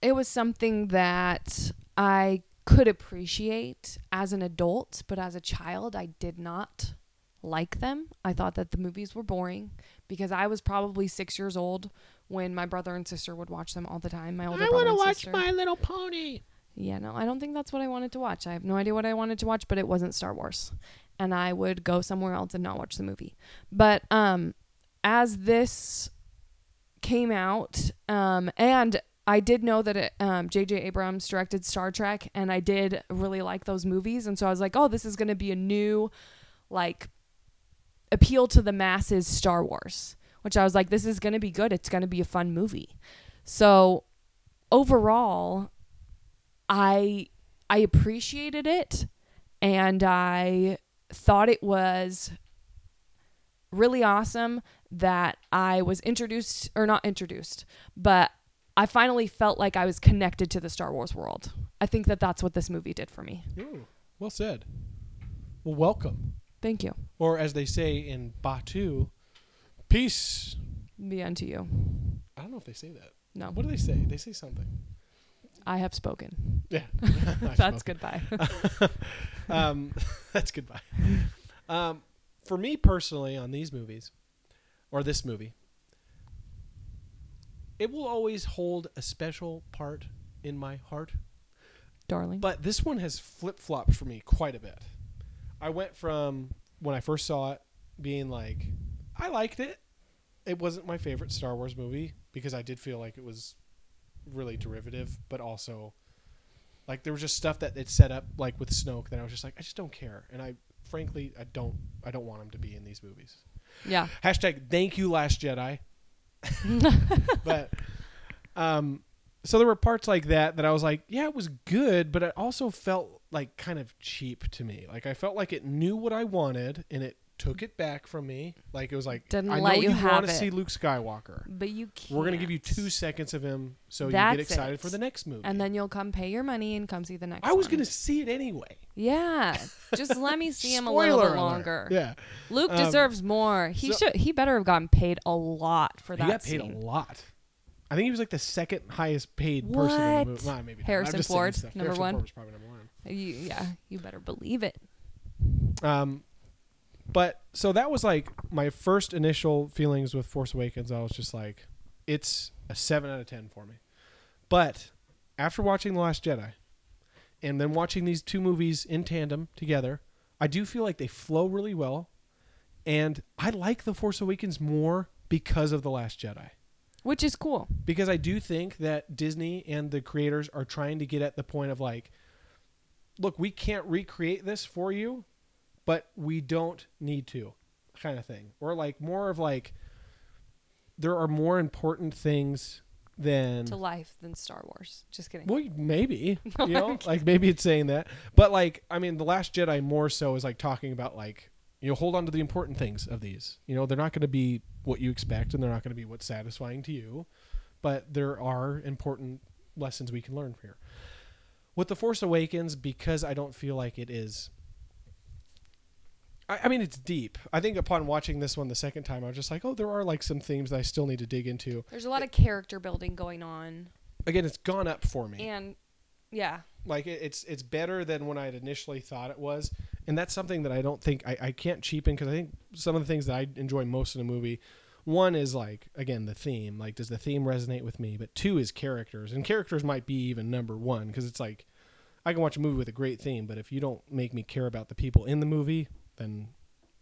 B: it was something that I could appreciate as an adult, but as a child, I did not like them. I thought that the movies were boring because I was probably six years old when my brother and sister would watch them all the time. My older
C: I
B: want to
C: watch
B: sister.
C: My Little Pony.
B: Yeah, no, I don't think that's what I wanted to watch. I have no idea what I wanted to watch, but it wasn't Star Wars. And I would go somewhere else and not watch the movie. But um as this came out, um and I did know that it, um JJ Abrams directed Star Trek and I did really like those movies and so I was like, "Oh, this is going to be a new like appeal to the masses Star Wars." Which I was like, "This is going to be good. It's going to be a fun movie." So overall, I I appreciated it and I thought it was really awesome that I was introduced or not introduced, but I finally felt like I was connected to the Star Wars world. I think that that's what this movie did for me.
A: Well said. Well, welcome.
B: Thank you.
A: Or as they say in Batu, peace.
B: Be unto you.
A: I don't know if they say that.
B: No,
A: What do they say? They say something.
B: I have spoken.
A: Yeah.
B: That's goodbye.
A: um, that's goodbye. Um, for me personally, on these movies, or this movie, it will always hold a special part in my heart.
B: Darling.
A: But this one has flip flopped for me quite a bit. I went from when I first saw it being like, I liked it. It wasn't my favorite Star Wars movie because I did feel like it was really derivative, but also like there was just stuff that it set up like with Snoke that I was just like, I just don't care. And I frankly I don't I don't want him to be in these movies.
B: yeah.
A: Hashtag thank you, Last Jedi. but um, so there were parts like that that I was like, yeah, it was good, but it also felt like kind of cheap to me. Like I felt like it knew what I wanted and it took it back from me. Like it was like,
B: Didn't
A: I
B: let
A: know
B: you
A: you,
B: have
A: want to
B: it.
A: see Luke Skywalker.
B: But you can't.
A: We're gonna give you two seconds of him, so you
B: That's
A: get excited
B: it.
A: for the next movie.
B: and then you'll come pay your money and come see the next
A: I was
B: one.
A: gonna see it anyway.
B: Yeah, just let me see him a little
A: Spoiler
B: bit
A: alert.
B: longer.
A: Yeah,
B: Luke
A: Um,
B: deserves more. He
A: so-
B: should. He better have gotten paid a lot for that
A: he got paid
B: scene.
A: a lot. I think he was like the second highest paid person in the
B: What?
A: movie. Nah, maybe not. I'm
B: Harrison
A: just saying
B: Ford,
A: stuff.
B: number
A: Harrison
B: one.
A: Ford was probably number one.
B: You, yeah, you better believe it.
A: Um, but so that was like my first initial feelings with Force Awakens. I was just like, it's a seven out of ten for me. But after watching The Last Jedi, and then watching these two movies in tandem together, I do feel like they flow really well, and I like The Force Awakens more because of The Last Jedi
B: Which is cool.
A: because I do think that Disney and the creators are trying to get at the point of like, look, we can't recreate this for you, but we don't need to, kind of thing, or like more of like, there are more important things than
B: To life than Star Wars. Just kidding.
A: well, maybe you know, like maybe it's saying that, but like I mean, the Last Jedi more so is like talking about like you know, hold on to the important things of these. You know, they're not going to be what you expect, and they're not going to be what's satisfying to you, but there are important lessons we can learn here. With the Force Awakens, because I don't feel like it is. I, I mean, it's deep. I think upon watching this one the second time, I was just like, oh, there are like some themes that I still need to dig into.
B: There's a lot of character building going on,
A: Again, it's gone up for me.
B: and yeah,
A: like it, it's it's better than when I had initially thought it was, and that's something that I don't think I, I can't cheapen because I think some of the things that I enjoy most in a movie one is like again the theme like does the theme resonate with me but two is characters and characters might be even number one because it's like i can watch a movie with a great theme but if you don't make me care about the people in the movie then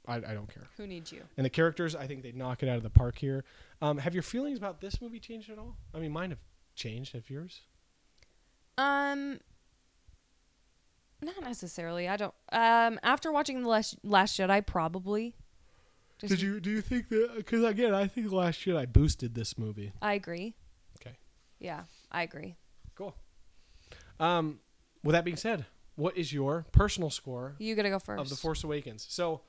A: i, I don't care
B: Who needs you?
A: and the characters i think they knock it out of the park here um, have your feelings about this movie changed at all i mean mine have changed have yours
B: Um, not necessarily. I don't. Um, after watching the last Last Jedi, probably. Just,
A: did you do you think that because again i think last year i boosted this movie
B: I agree.
A: okay
B: Yeah, I agree.
A: cool um with that being said what is your personal score
B: You gotta go first.
A: of the Force Awakens. So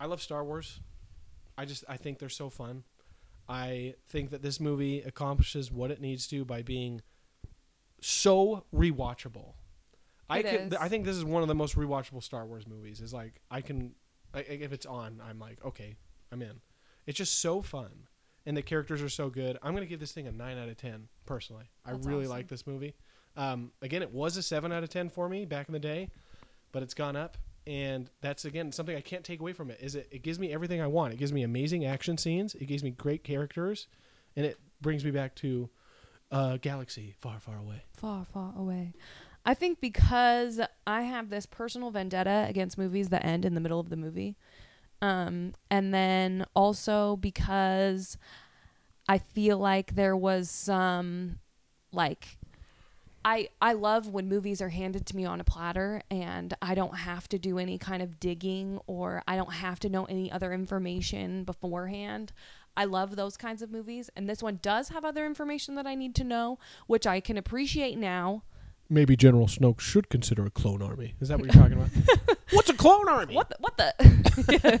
A: I love Star Wars. I just I think they're so fun. I think that this movie accomplishes what it needs to by being so rewatchable. I
B: It
A: can,
B: is.
A: I think this is one of the most rewatchable Star Wars movies. Is like I can I, I- if it's on, I'm like okay, I'm in. It's just so fun, and the characters are so good. I'm gonna give this thing a nine out of ten personally.
B: That's
A: I really
B: awesome.
A: like this movie. Um, again, it was a seven out of ten for me back in the day but it's gone up and that's again something i can't take away from it is it, it gives me everything i want it gives me amazing action scenes it gives me great characters and it brings me back to a galaxy far far away
B: far, far away. I think because I have this personal vendetta against movies that end in the middle of the movie. Um, and then also because I feel like there was some like I I love when movies are handed to me on a platter and I don't have to do any kind of digging or I don't have to know any other information beforehand. I love those kinds of movies and this one does have other information that I need to know, which I can appreciate now.
A: maybe general snoke should consider a clone army is that what you're talking about
C: What's a clone army?
B: What the, what the?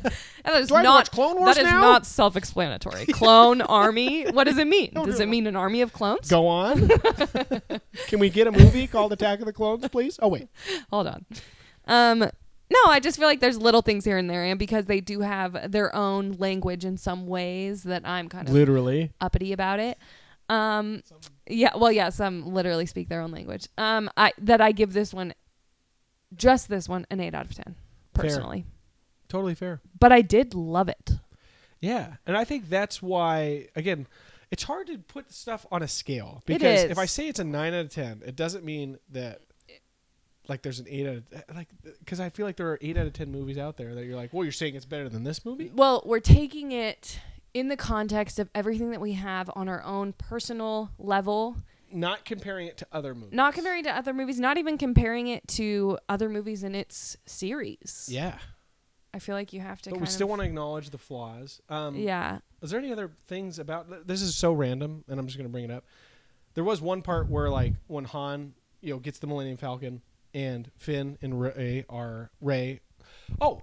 B: that is
C: Do I have to
B: not
C: watch Clone Wars
B: that is
C: now?
B: not self-explanatory. Clone army. What does it mean? Does it mean an army of clones?
A: go on can we get a movie called attack of the clones please oh wait
B: Hold on. Um, no, I just feel like there's little things here and there, and because they do have their own language in some ways that I'm kind of
A: literally
B: uppity about it. Um, yeah, well, yeah, some literally speak their own language. Um, I that I give this one, just this one, an eight out of ten
A: Fair.
B: personally.
A: totally fair
B: But I did love it.
A: Yeah, and I think that's why again, it's hard to put stuff on a scale
B: It
A: because
B: is.
A: if I say it's a nine out of ten, it doesn't mean that like there's an eight out of like because I feel like there are eight out of ten movies out there that you're like, well, you're saying it's better than this movie.
B: Well, we're taking it in the context of everything that we have on our own personal level,
A: Not comparing it to other movies.
B: not comparing to other movies, not even comparing it to other movies in its series.
A: Yeah,
B: I feel like you have to
A: but
B: kind
A: we still
B: of,
A: want to acknowledge the flaws. Um,
B: Yeah.
A: Is there any other things about th- this? Is so random, and I'm just gonna bring it up. There was one part where like when Han, you know, gets the Millennium Falcon, and Finn and Ray are Ray. Oh,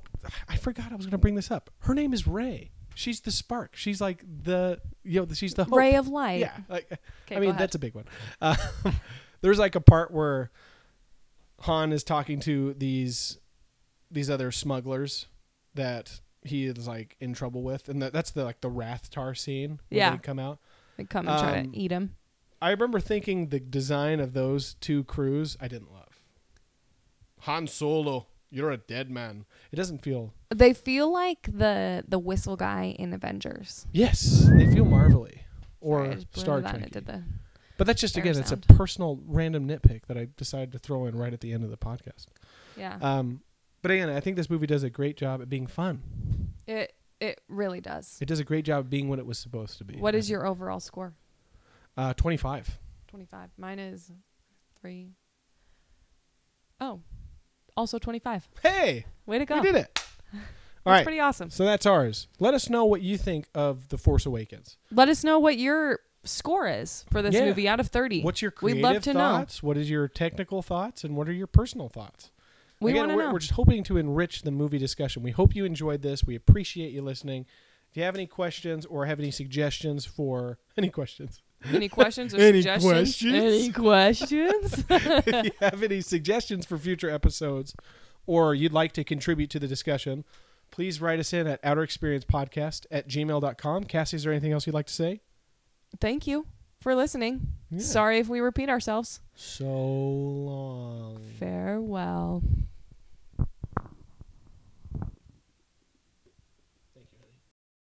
A: I forgot I was gonna bring this up. Her name is Ray. She's the spark. She's like the you know she's the hope.
B: Ray of light.
A: Yeah, like
B: Okay,
A: I
B: go
A: mean
B: ahead.
A: that's a big one. Um, there's like a part where Han is talking to these these other smugglers that he is like in trouble with, and that, that's the like the Rathtar scene. Where
B: Yeah.
A: they come out.
B: They come and try
A: Um,
B: to eat him.
A: I remember thinking the design of those two crews I didn't love.
C: Han Solo, you're a dead man.
A: It doesn't feel
B: They feel like the the whistle guy in Avengers.
A: yes, they feel marvelly or
B: Sorry, I just blew
A: Star
B: into that and
A: Trek.
B: it did the-
A: But that's just
B: air
A: again, it's a
B: sound.
A: personal random nitpick that I decided to throw in right at the end of the podcast.
B: yeah.
A: Um, but again, I think this movie does a great job at being fun.
B: it it really does.
A: It does a great job at being what it was supposed to be.
B: What
A: I
B: is
A: think.
B: your overall score?
A: uh, twenty five?
B: 25. Mine is 3. Oh, also 25.
A: Hey,
B: Way to go.
A: we did it! All
B: Oh. That's
A: right,
B: pretty awesome.
A: so that's ours. Let us know what you think of the Force Awakens.
B: Let us know what your score is for this
A: Yeah.
B: movie out of 30.
A: What's your
B: We'd
A: creative
B: love to know.
A: thoughts? What is your technical thoughts, and what are your personal thoughts?
B: we
A: Again,
B: want to
A: we're,
B: know.
A: we're just hoping to enrich the movie discussion. We hope you enjoyed this. We appreciate you listening. If you have any questions or have any suggestions for any questions,
B: Any questions or
A: Any
B: suggestions?
A: questions?
B: Any questions?
A: if you have any suggestions for future episodes or you'd like to contribute to the discussion, please write us in at outerexperiencepodcast at gmail.com. Cassie, is there anything else you'd like to say?
B: Thank you for listening.
A: Yeah.
B: Sorry if we repeat ourselves.
A: So long.
B: Farewell.